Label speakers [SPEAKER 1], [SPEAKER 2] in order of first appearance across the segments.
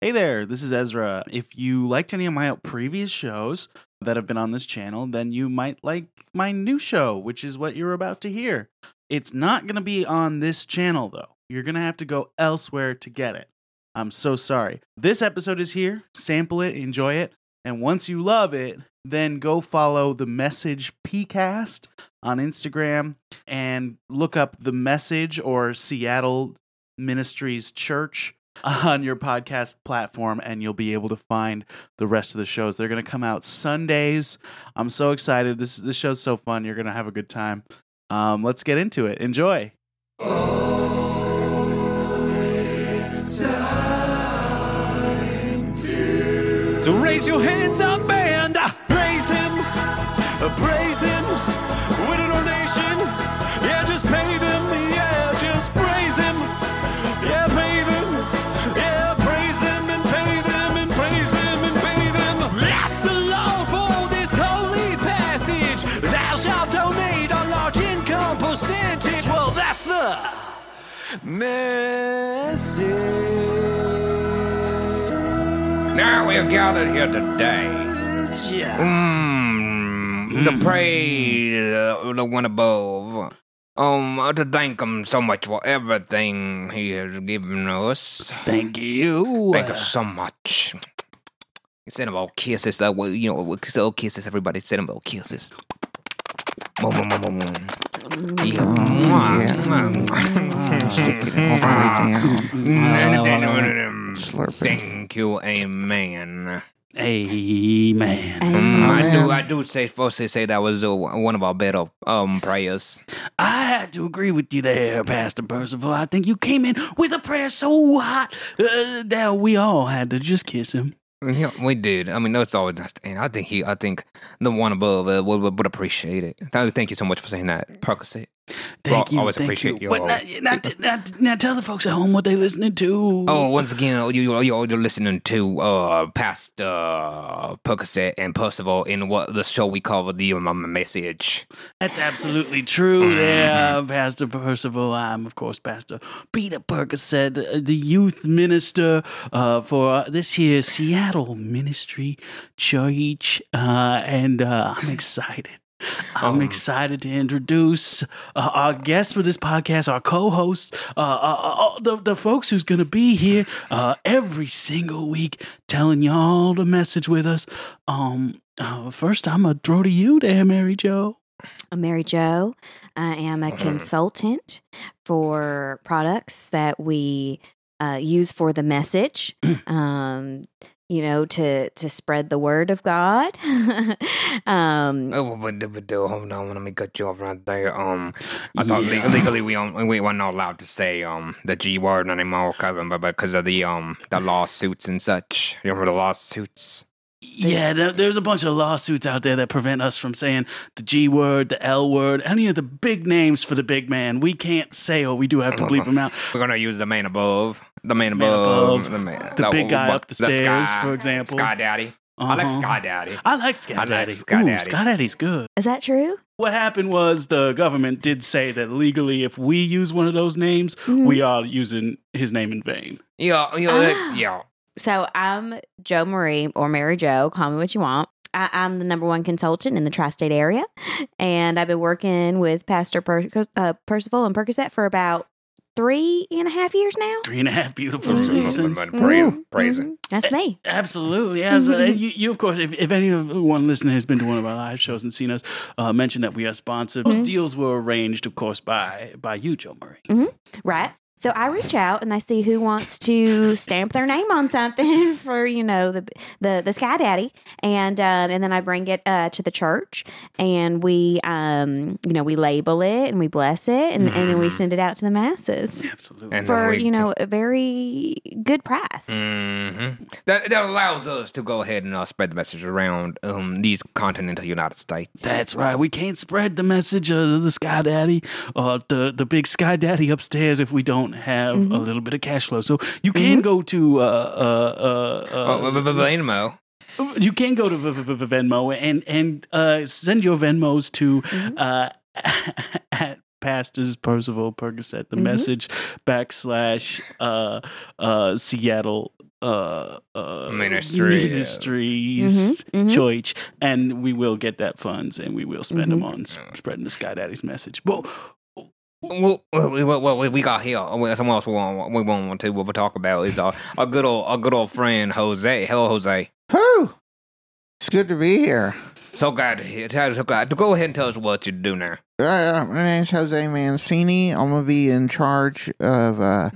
[SPEAKER 1] Hey there, this is Ezra. If you liked any of my previous shows that have been on this channel, then you might like my new show, which is what you're about to hear. It's not going to be on this channel, though. You're going to have to go elsewhere to get it. I'm so sorry. This episode is here. Sample it, enjoy it. And once you love it, then go follow the message PCast on Instagram and look up the message or Seattle Ministries Church on your podcast platform and you'll be able to find the rest of the shows. They're going to come out Sundays. I'm so excited. This this show's so fun. You're going to have a good time. Um, let's get into it. Enjoy.
[SPEAKER 2] So raise your hands up and uh, praise him, uh, praise him with a donation. Yeah, just pay them, yeah, just praise him. Yeah, pay them, yeah, praise him and pay them and praise him and pay them. Bless the Lord for this holy passage. Thou shalt donate a large income percentage. Well, that's the message.
[SPEAKER 3] Now we're gathered here today
[SPEAKER 2] Yeah.
[SPEAKER 3] mm, to praise uh, the one above. Um, uh, to thank him so much for everything he has given us.
[SPEAKER 1] Thank you.
[SPEAKER 3] Thank you so much. Send him all kisses. Uh, well, you know, we'll kiss all kisses. Everybody, send him all kisses. Mwah, mwah, mwah, mwah, mwah. Yeah. Mwah, mwah,
[SPEAKER 4] Mm,
[SPEAKER 3] Ah, mwah. Mm,
[SPEAKER 1] Mm,
[SPEAKER 3] Thank you, amen.
[SPEAKER 1] Amen.
[SPEAKER 3] Mm, I
[SPEAKER 5] Amen.
[SPEAKER 3] do. I do say. Firstly, say that was uh, one of our better um prayers.
[SPEAKER 1] I had to agree with you there, Pastor Percival. I think you came in with a prayer so hot uh, that we all had to just kiss him.
[SPEAKER 3] Yeah, we did. I mean, that's always nice. And I think he. I think the one above uh, would, would would appreciate it. Thank thank you so much for saying that, Percocet.
[SPEAKER 1] Thank
[SPEAKER 3] Well,
[SPEAKER 1] you.
[SPEAKER 3] always
[SPEAKER 1] thank you.
[SPEAKER 3] appreciate you
[SPEAKER 1] But uh,
[SPEAKER 3] all.
[SPEAKER 1] now, now- now- now tell the folks at home what they listening to.
[SPEAKER 3] Oh, once again, you you you- you're listening to uh Pastor Percocet and Percival in what the show we call the um, message.
[SPEAKER 1] That's absolutely true there, uh, Pastor Percival. I'm, of course, Pastor Peter Percocet, uh, the youth minister uh, for uh, this here Seattle Ministry Church. Uh, and uh, I'm excited. I'm
[SPEAKER 3] Um,
[SPEAKER 1] excited to introduce uh, our guest for this podcast, our co-host, uh, uh, uh, the the folks who's gonna be here uh, every single week, telling y'all the message with us. Um, uh, first, I'm gonna throw to you, there, Mary Jo.
[SPEAKER 5] I'm Mary Jo. I am a
[SPEAKER 3] Mhm.
[SPEAKER 5] consultant for products that we uh, use for the message.
[SPEAKER 1] Mm.
[SPEAKER 5] um, you know, to to spread the word of God. um,
[SPEAKER 3] Oh, but, but, but hold on, let me cut you off right there. Um, I thought
[SPEAKER 1] Yeah.
[SPEAKER 3] le- legally we um, we were not allowed to say um the G word anymore, Kevin, but because of the um the lawsuits and such. You remember the lawsuits?
[SPEAKER 1] Yeah, there, there's a bunch of lawsuits out there that prevent us from saying the G word, the L word, any of the big names for the big man. We can't say, or we do have to bleep them out.
[SPEAKER 3] We're gonna use the man above, the man
[SPEAKER 1] Man
[SPEAKER 3] above,
[SPEAKER 1] above,
[SPEAKER 3] the man,
[SPEAKER 1] the big guy
[SPEAKER 3] what-
[SPEAKER 1] up the
[SPEAKER 3] Sky-
[SPEAKER 1] stairs, for example.
[SPEAKER 3] Sky Daddy. I like
[SPEAKER 1] Uh-huh.
[SPEAKER 3] Sky Daddy.
[SPEAKER 1] I like Sky
[SPEAKER 3] I like
[SPEAKER 1] Daddy.
[SPEAKER 3] Sky
[SPEAKER 1] Ooh,
[SPEAKER 3] Daddy.
[SPEAKER 1] Sky Daddy's good.
[SPEAKER 5] is that true?
[SPEAKER 1] What happened was the government did say that legally, if we use one of those names,
[SPEAKER 5] Mhm.
[SPEAKER 1] we are using his name in vain.
[SPEAKER 3] Yeah, yeah, that-
[SPEAKER 5] Ah.
[SPEAKER 3] yeah.
[SPEAKER 5] So I'm Joe Marie or Mary Joe, call me what you want. I, I'm the number one consultant in the tri state area. And I've been working with Pastor per- uh, Percival and Percocet for about three and a half years now.
[SPEAKER 1] Three and a half beautiful
[SPEAKER 5] Mhm.
[SPEAKER 3] Mm-hmm.
[SPEAKER 1] seasons.
[SPEAKER 3] Praise,
[SPEAKER 5] Mhm,
[SPEAKER 3] praise it.
[SPEAKER 5] mhm. That's me.
[SPEAKER 1] Absolutely, absolutely. And you, you, of course, if, if anyone listening has been to one of our live shows and seen us, uh, mention that we are sponsored. Those
[SPEAKER 5] Mhm.
[SPEAKER 1] deals were arranged, of course, by by you, Joe Murray.
[SPEAKER 5] Right. So I reach out and I see who wants to stamp their name on something for you know the the the Sky Daddy, and um, and then I bring it uh, to the church, and we um you know we label it and we bless it, and, and then we
[SPEAKER 3] Mhm.
[SPEAKER 5] send it out to the masses
[SPEAKER 1] Absolutely.
[SPEAKER 3] And then
[SPEAKER 5] for
[SPEAKER 3] we-
[SPEAKER 5] you know a very good price.
[SPEAKER 3] hmm That that allows us to go ahead and uh, spread the message around um these continental United States.
[SPEAKER 1] That's right. We can't spread the message of the Sky Daddy or the, the big Sky Daddy upstairs if we don't have a
[SPEAKER 5] Mhm.
[SPEAKER 1] little bit of cash flow. So you can go to uh, uh,
[SPEAKER 3] Oh,
[SPEAKER 1] uh,
[SPEAKER 3] uh,
[SPEAKER 1] uh,
[SPEAKER 3] v- v- Venmo.
[SPEAKER 1] you can go to v- v- v- Venmo and and uh, send your Venmos to uh, at Pastors Percival Percocet the
[SPEAKER 5] Mhm.
[SPEAKER 1] message backslash uh, uh, Seattle uh, uh
[SPEAKER 3] Ministry of-
[SPEAKER 1] ministries
[SPEAKER 5] Mhm, mhm.
[SPEAKER 1] church, and we will get that funds and we will spend them
[SPEAKER 5] Mhm.
[SPEAKER 1] on s- spreading the Sky Daddy's message. But
[SPEAKER 3] Well, well, well, well, we got here. Well, Someone else we want, we want to we'll talk about is our, our good old our good old friend Jose. Hello, Jose.
[SPEAKER 4] Whew. It's good to be here.
[SPEAKER 3] So glad to hear. So glad to go ahead and tell us what you do now.
[SPEAKER 4] Uh, my name's Jose Mancini. I'm gonna be in charge of uh,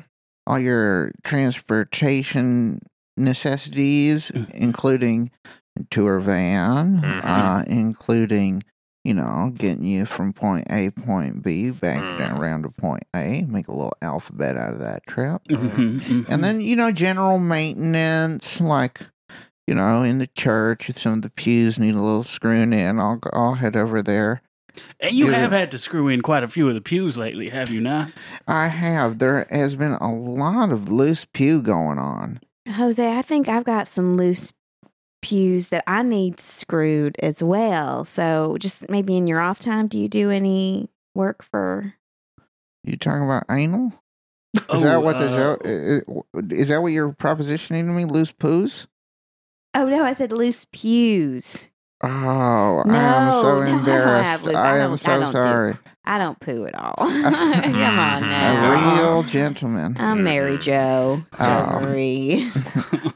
[SPEAKER 4] all your transportation necessities,
[SPEAKER 3] Mm.
[SPEAKER 4] including tour van,
[SPEAKER 3] Mhm.
[SPEAKER 4] uh, including you know getting you from point A point B back
[SPEAKER 3] Mm.
[SPEAKER 4] down around to point A. Make a little alphabet out of that trip.
[SPEAKER 1] Mhm, mhm.
[SPEAKER 5] Mm-hmm.
[SPEAKER 4] And then, you know, general maintenance, like, you know, in the church, if some of the pews need a little screwing in, I'll, I'll head over there.
[SPEAKER 1] And you
[SPEAKER 4] Yeah.
[SPEAKER 1] have had to screw in quite a few of the pews lately, have you not?
[SPEAKER 4] I have. There has been a lot of loose pew going on.
[SPEAKER 5] Jose, I think I've got some loose pews that I need screwed as well. So just maybe in your off time, do you do any work for?
[SPEAKER 4] You talking about anal? Is
[SPEAKER 1] Oh,
[SPEAKER 4] that what the
[SPEAKER 1] uh,
[SPEAKER 4] joke? Is that what you're propositioning to me? Loose poos?
[SPEAKER 5] Oh no, I said loose pews.
[SPEAKER 4] Oh, I am
[SPEAKER 5] No,
[SPEAKER 4] so
[SPEAKER 5] no, I don't have
[SPEAKER 4] embarrassed.
[SPEAKER 5] loose- I
[SPEAKER 4] I, am
[SPEAKER 5] don't- I
[SPEAKER 4] so
[SPEAKER 5] don't do-
[SPEAKER 4] sorry.
[SPEAKER 5] I don't poo at all. Come
[SPEAKER 4] A
[SPEAKER 5] on now.
[SPEAKER 4] real gentleman.
[SPEAKER 5] I'm Mary Jo.
[SPEAKER 4] Oh.
[SPEAKER 5] Jo Marie.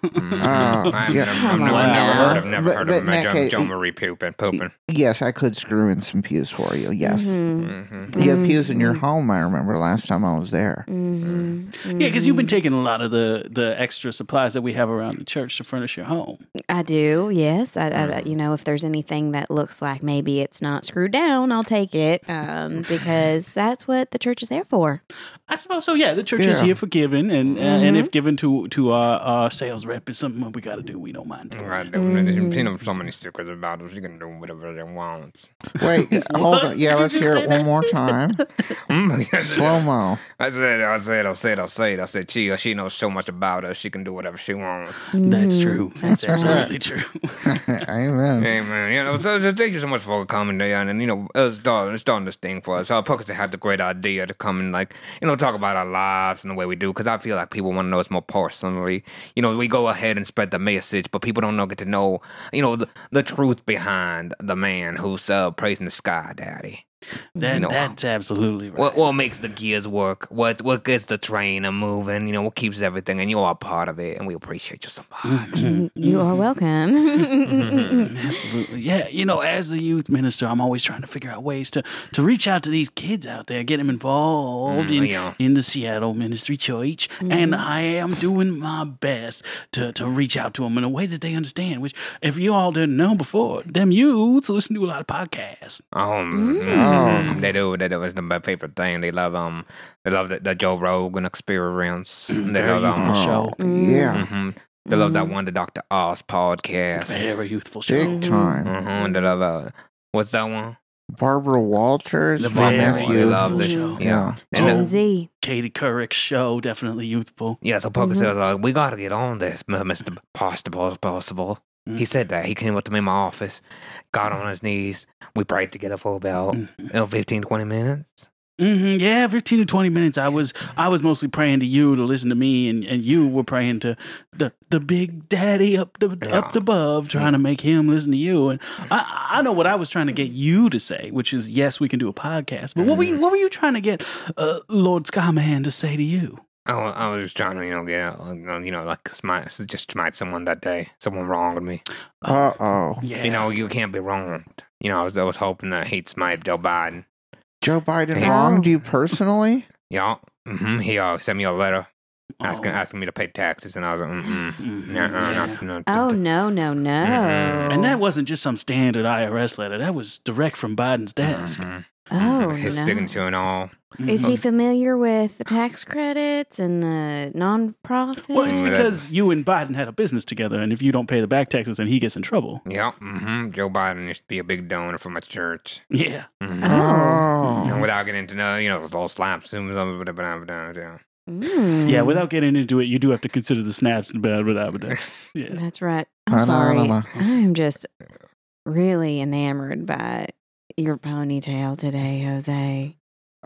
[SPEAKER 4] Oh,
[SPEAKER 3] I've
[SPEAKER 4] yeah.
[SPEAKER 3] never,
[SPEAKER 5] Come
[SPEAKER 3] Mm-hmm. I've never,
[SPEAKER 1] on.
[SPEAKER 3] never heard of never
[SPEAKER 4] But-
[SPEAKER 3] heard
[SPEAKER 4] but
[SPEAKER 3] of
[SPEAKER 4] in
[SPEAKER 3] Ma-
[SPEAKER 4] that
[SPEAKER 3] Joe,
[SPEAKER 4] case-
[SPEAKER 3] Joe Marie pooping. pooping.
[SPEAKER 4] Yes, I could screw in some pews for you. Yes.
[SPEAKER 5] Mhm.
[SPEAKER 3] Mhm.
[SPEAKER 4] You have pews in your
[SPEAKER 5] Mhm.
[SPEAKER 4] home, I remember last time I was there.
[SPEAKER 5] Mhm.
[SPEAKER 1] Yeah, because you've been
[SPEAKER 5] Mhm.
[SPEAKER 1] taking a lot of the the extra supplies that we have around the church to furnish your home.
[SPEAKER 5] I do, yes. I, I, you know, if there's anything that looks like maybe it's not screwed down, I'll take it um, because that's what the church is there for.
[SPEAKER 1] I suppose so. Yeah, the church is
[SPEAKER 4] Yeah.
[SPEAKER 1] here for giving, and uh, and
[SPEAKER 5] Mhm.
[SPEAKER 1] if given to to our, our sales rep is something that we got to do, we don't mind. Doing.
[SPEAKER 3] Right,
[SPEAKER 5] Mhm.
[SPEAKER 4] Mm-hmm.
[SPEAKER 3] You've seen them so many stickers about them. You can do whatever they want.
[SPEAKER 4] Wait, hold on. Yeah,
[SPEAKER 1] Did
[SPEAKER 4] let's
[SPEAKER 1] you
[SPEAKER 4] hear
[SPEAKER 1] say
[SPEAKER 4] it one
[SPEAKER 1] that?
[SPEAKER 4] more time. Slow mo.
[SPEAKER 3] I said, I said, I said, I said, I said, she, she knows so much about us. She can do whatever she wants.
[SPEAKER 1] That's
[SPEAKER 5] Mhm.
[SPEAKER 1] true. That's
[SPEAKER 4] That's right.
[SPEAKER 1] absolutely true.
[SPEAKER 4] Amen.
[SPEAKER 3] Hey man, you know, so, so thank you so much for coming down, and you know, it's done, it's done this thing for us. Our Puckers had the great idea to come and like, you know, talk about our lives and the way we do, because I feel like people want to know us more personally. You know, we go ahead and spread the message, but people don't know get to know, you know, the, the truth behind the man who's uh, praising the sky, daddy.
[SPEAKER 1] That,
[SPEAKER 3] No.
[SPEAKER 1] That's absolutely right.
[SPEAKER 3] What what makes the gears work? What what gets the train a moving? You know, what keeps everything, and you're a part of it, and we appreciate you so much.
[SPEAKER 1] Mhm.
[SPEAKER 5] Mm-hmm. You are welcome.
[SPEAKER 1] Absolutely. Yeah, you know, as the youth minister, I'm always trying to figure out ways to, to reach out to these kids out there, get them involved
[SPEAKER 3] Mm,
[SPEAKER 1] in,
[SPEAKER 3] yeah.
[SPEAKER 1] in the Seattle Ministry Church. And I am doing my best to, to reach out to them in a way that they understand, which, if you all didn't know before, them youths listen to a lot of podcasts.
[SPEAKER 3] Oh, mm, they do. They do. It's the favorite thing. They love um, they love the, the Joe Rogan experience. They
[SPEAKER 1] Very
[SPEAKER 3] love
[SPEAKER 1] youthful
[SPEAKER 3] um,
[SPEAKER 1] show.
[SPEAKER 5] Mm.
[SPEAKER 4] Yeah,
[SPEAKER 3] hmm they love that
[SPEAKER 5] Mhm.
[SPEAKER 3] one, the Doctor Oz podcast.
[SPEAKER 1] Very youthful show.
[SPEAKER 4] big time.
[SPEAKER 3] Mm-hmm. They love uh, what's that one?
[SPEAKER 4] Barbara Walters,
[SPEAKER 1] The
[SPEAKER 4] my
[SPEAKER 1] Very
[SPEAKER 4] nephew.
[SPEAKER 1] Youthful
[SPEAKER 3] Love it.
[SPEAKER 1] show.
[SPEAKER 4] Yeah.
[SPEAKER 3] And
[SPEAKER 5] Mm-hmm. Gen
[SPEAKER 3] then-
[SPEAKER 5] Z.
[SPEAKER 1] Katie Couric's show, definitely youthful.
[SPEAKER 3] yeah, so Poker
[SPEAKER 5] Mhm.
[SPEAKER 3] says, uh, "We gotta get on this, Mister Possible Possible." He
[SPEAKER 1] Mm.
[SPEAKER 3] said that he came up to me in my office, got on his knees. We prayed together for about
[SPEAKER 1] Mhm.
[SPEAKER 3] you know, 15, 20 minutes.
[SPEAKER 1] hmm Yeah, fifteen to twenty minutes. I was I was mostly praying to you to listen to me, and, and you were praying to the the big daddy up the up
[SPEAKER 3] Yeah.
[SPEAKER 1] above, trying to make him listen to you. And I I know what I was trying to get you to say, which is yes, we can do a podcast. But what were you
[SPEAKER 3] Mm-hmm.
[SPEAKER 1] what were you trying to get uh, Lord Skyman to say to you?
[SPEAKER 3] I wa- Oh, I was just trying to, you know, get out, like, you know, like smite, just smite someone that day, someone wrong with me.
[SPEAKER 4] Uh oh.
[SPEAKER 1] Yeah,
[SPEAKER 3] You know, you can't be wronged. You know, I was, I was hoping that he'd smite Joe Biden.
[SPEAKER 4] Joe Biden
[SPEAKER 1] Oh.
[SPEAKER 3] Yeah.
[SPEAKER 4] wronged you personally?
[SPEAKER 3] Yeah. hmm He uh, sent me a letter asking
[SPEAKER 1] Oh.
[SPEAKER 3] asking me to pay taxes, and I was like, mm-mm.
[SPEAKER 1] Mhm,
[SPEAKER 3] No, no,
[SPEAKER 1] yeah.
[SPEAKER 3] no, no,
[SPEAKER 5] Oh
[SPEAKER 3] no.
[SPEAKER 5] no no no!
[SPEAKER 3] Mhm.
[SPEAKER 1] Mm-hmm. And that wasn't just some standard IRS letter. That was direct from Biden's desk.
[SPEAKER 3] Mhm.
[SPEAKER 5] oh
[SPEAKER 3] His
[SPEAKER 5] no.
[SPEAKER 3] signature and all.
[SPEAKER 5] Is he familiar with the tax credits and the nonprofit?
[SPEAKER 1] Mm-hmm. Well, it's
[SPEAKER 3] Mm, that-
[SPEAKER 1] because you and Biden had a business together, and if you don't pay the back taxes, then he gets in trouble.
[SPEAKER 3] Yeah. hmm Joe Biden used to be a big donor for my church.
[SPEAKER 1] Yeah.
[SPEAKER 3] hmm
[SPEAKER 5] Oh.
[SPEAKER 3] And
[SPEAKER 4] Oh.
[SPEAKER 3] without getting into no, you know, those little slaps, zooms, um, blah, blah, blah, blah, blah.
[SPEAKER 5] Mm.
[SPEAKER 4] Mm-hmm.
[SPEAKER 1] Yeah, without getting into it, you do have to consider the snaps and blah blah blah. blah. Yeah,
[SPEAKER 5] That's right.
[SPEAKER 4] I
[SPEAKER 5] I'm
[SPEAKER 4] know, I
[SPEAKER 5] sorry.
[SPEAKER 4] know.
[SPEAKER 5] I'm just really enamored by your ponytail today, Jose.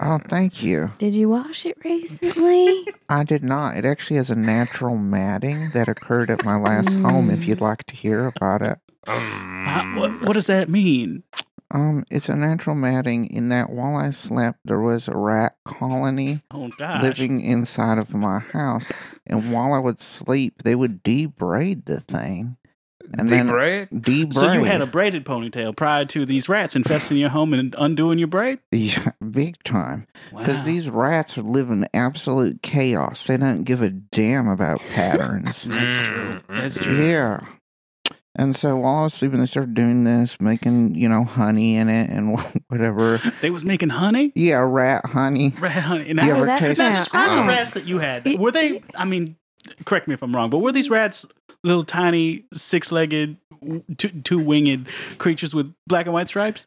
[SPEAKER 4] Oh, thank you.
[SPEAKER 5] Did you wash it recently?
[SPEAKER 4] I did not. It actually has a natural matting that occurred at my last home. If
[SPEAKER 1] Mm.
[SPEAKER 4] you'd like to hear about it,
[SPEAKER 3] Um, Mm.
[SPEAKER 1] How- what, what does that mean?
[SPEAKER 4] um, it's a natural matting in that while I slept, there was a rat colony
[SPEAKER 1] Oh gosh.
[SPEAKER 4] living inside of my house, and while I would sleep, they would debraid the thing.
[SPEAKER 3] Deep
[SPEAKER 4] And then-
[SPEAKER 3] red?
[SPEAKER 4] Debraid.
[SPEAKER 1] So you had a braided ponytail prior to these rats infesting your home and undoing your braid?
[SPEAKER 4] yeah, big time.
[SPEAKER 1] Wow.
[SPEAKER 4] Because these rats are living absolute chaos. They don't give a damn about patterns.
[SPEAKER 1] That's true. That's true.
[SPEAKER 4] yeah. And so while I was sleeping, they started doing this, making, you know, honey in it and whatever.
[SPEAKER 1] They was making honey?
[SPEAKER 4] Yeah, rat honey.
[SPEAKER 1] Rat honey. And
[SPEAKER 4] Mm-hmm. You
[SPEAKER 1] how-
[SPEAKER 4] ever
[SPEAKER 5] that
[SPEAKER 4] taste-
[SPEAKER 1] Now,
[SPEAKER 5] sounds-
[SPEAKER 1] describe
[SPEAKER 5] I
[SPEAKER 1] the
[SPEAKER 5] don't-
[SPEAKER 1] rats that you had. Were they, I mean, correct me if I'm wrong, but were these rats little tiny, six legged, two winged creatures with black and white stripes?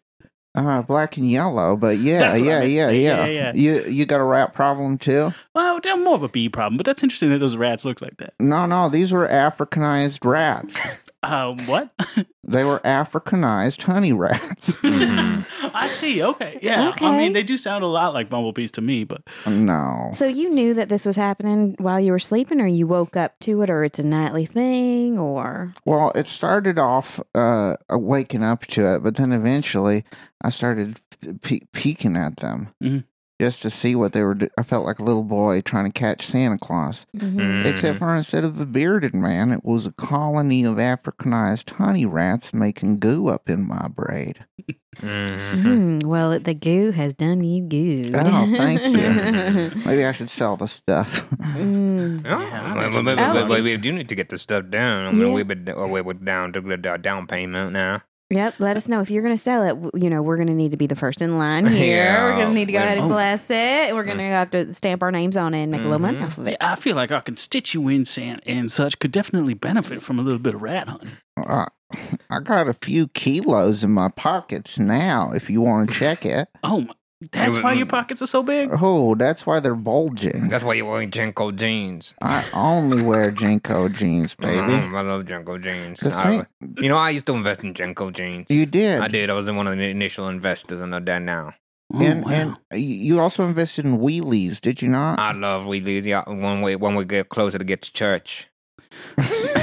[SPEAKER 4] Uh, black and yellow, but yeah,
[SPEAKER 1] That's what I
[SPEAKER 4] yeah,
[SPEAKER 1] meant to
[SPEAKER 4] yeah,
[SPEAKER 1] say. Yeah,
[SPEAKER 4] yeah,
[SPEAKER 1] yeah, yeah.
[SPEAKER 4] You you got a rat problem too?
[SPEAKER 1] Well, they're more of a bee problem, but that's interesting that those rats look like that.
[SPEAKER 4] No, no, these were Africanized rats.
[SPEAKER 1] Um, what?
[SPEAKER 4] They were Africanized honey rats. Mm-hmm.
[SPEAKER 1] I see. Okay. Yeah. I
[SPEAKER 5] Okay.
[SPEAKER 1] mean, they do sound a lot like bumblebees to me, but
[SPEAKER 4] no.
[SPEAKER 5] so you knew that this was happening while you were sleeping, or you woke up to it, or it's a nightly thing, or
[SPEAKER 4] Well, it started off uh, waking up to it, but then eventually I started pe- peeking at them
[SPEAKER 1] Mhm.
[SPEAKER 4] just to see what they were. Do- I felt like a little boy trying to catch Santa Claus,
[SPEAKER 5] Mm-hmm.
[SPEAKER 3] Mm-hmm.
[SPEAKER 4] except for instead of the bearded man, it was a colony of Africanized honey rats making goo up in my braid.
[SPEAKER 3] Mm-hmm.
[SPEAKER 5] Mm, well, the goo has done you good.
[SPEAKER 4] Oh, thank you. Maybe I should sell the stuff.
[SPEAKER 5] Mm.
[SPEAKER 3] Oh,
[SPEAKER 1] Yeah, that's a
[SPEAKER 3] well, well, well,
[SPEAKER 5] good
[SPEAKER 3] well,
[SPEAKER 5] one.
[SPEAKER 3] we do need to get this stuff down. I mean,
[SPEAKER 5] Yeah.
[SPEAKER 3] we've been well, we we're down to the uh, down payment now.
[SPEAKER 5] Yep. Let us know if you're going to sell it. W- You know, we're going to need to be the first in line here.
[SPEAKER 3] Yeah.
[SPEAKER 5] We're going to need to go
[SPEAKER 3] We-
[SPEAKER 5] ahead and
[SPEAKER 1] oh.
[SPEAKER 5] bless it. We're going to have to stamp our names on it and make a little money
[SPEAKER 3] Mhm.
[SPEAKER 5] off of
[SPEAKER 1] Yeah,
[SPEAKER 5] it.
[SPEAKER 1] I feel like our constituents and, and such could definitely benefit from a little bit of rat hunting.
[SPEAKER 4] I, I got a few kilos in my pockets now. If you want to check it.
[SPEAKER 1] Oh, my, that's
[SPEAKER 3] would-
[SPEAKER 1] why your pockets are so big.
[SPEAKER 4] mm. Oh, that's why they're bulging.
[SPEAKER 3] That's why you're wearing Jenko jeans.
[SPEAKER 4] I only wear Jinko jeans, baby.
[SPEAKER 3] Mm, I love Jenko jeans.
[SPEAKER 4] The
[SPEAKER 3] I- you know, I used to invest in Jenko jeans.
[SPEAKER 4] You did.
[SPEAKER 3] I did. I was one of the initial investors, and I'm dead now.
[SPEAKER 1] Oh,
[SPEAKER 4] And,
[SPEAKER 1] wow.
[SPEAKER 4] and y- you also invested in wheelies, did you not?
[SPEAKER 3] I love we lose y'all when we when we get closer to get to church.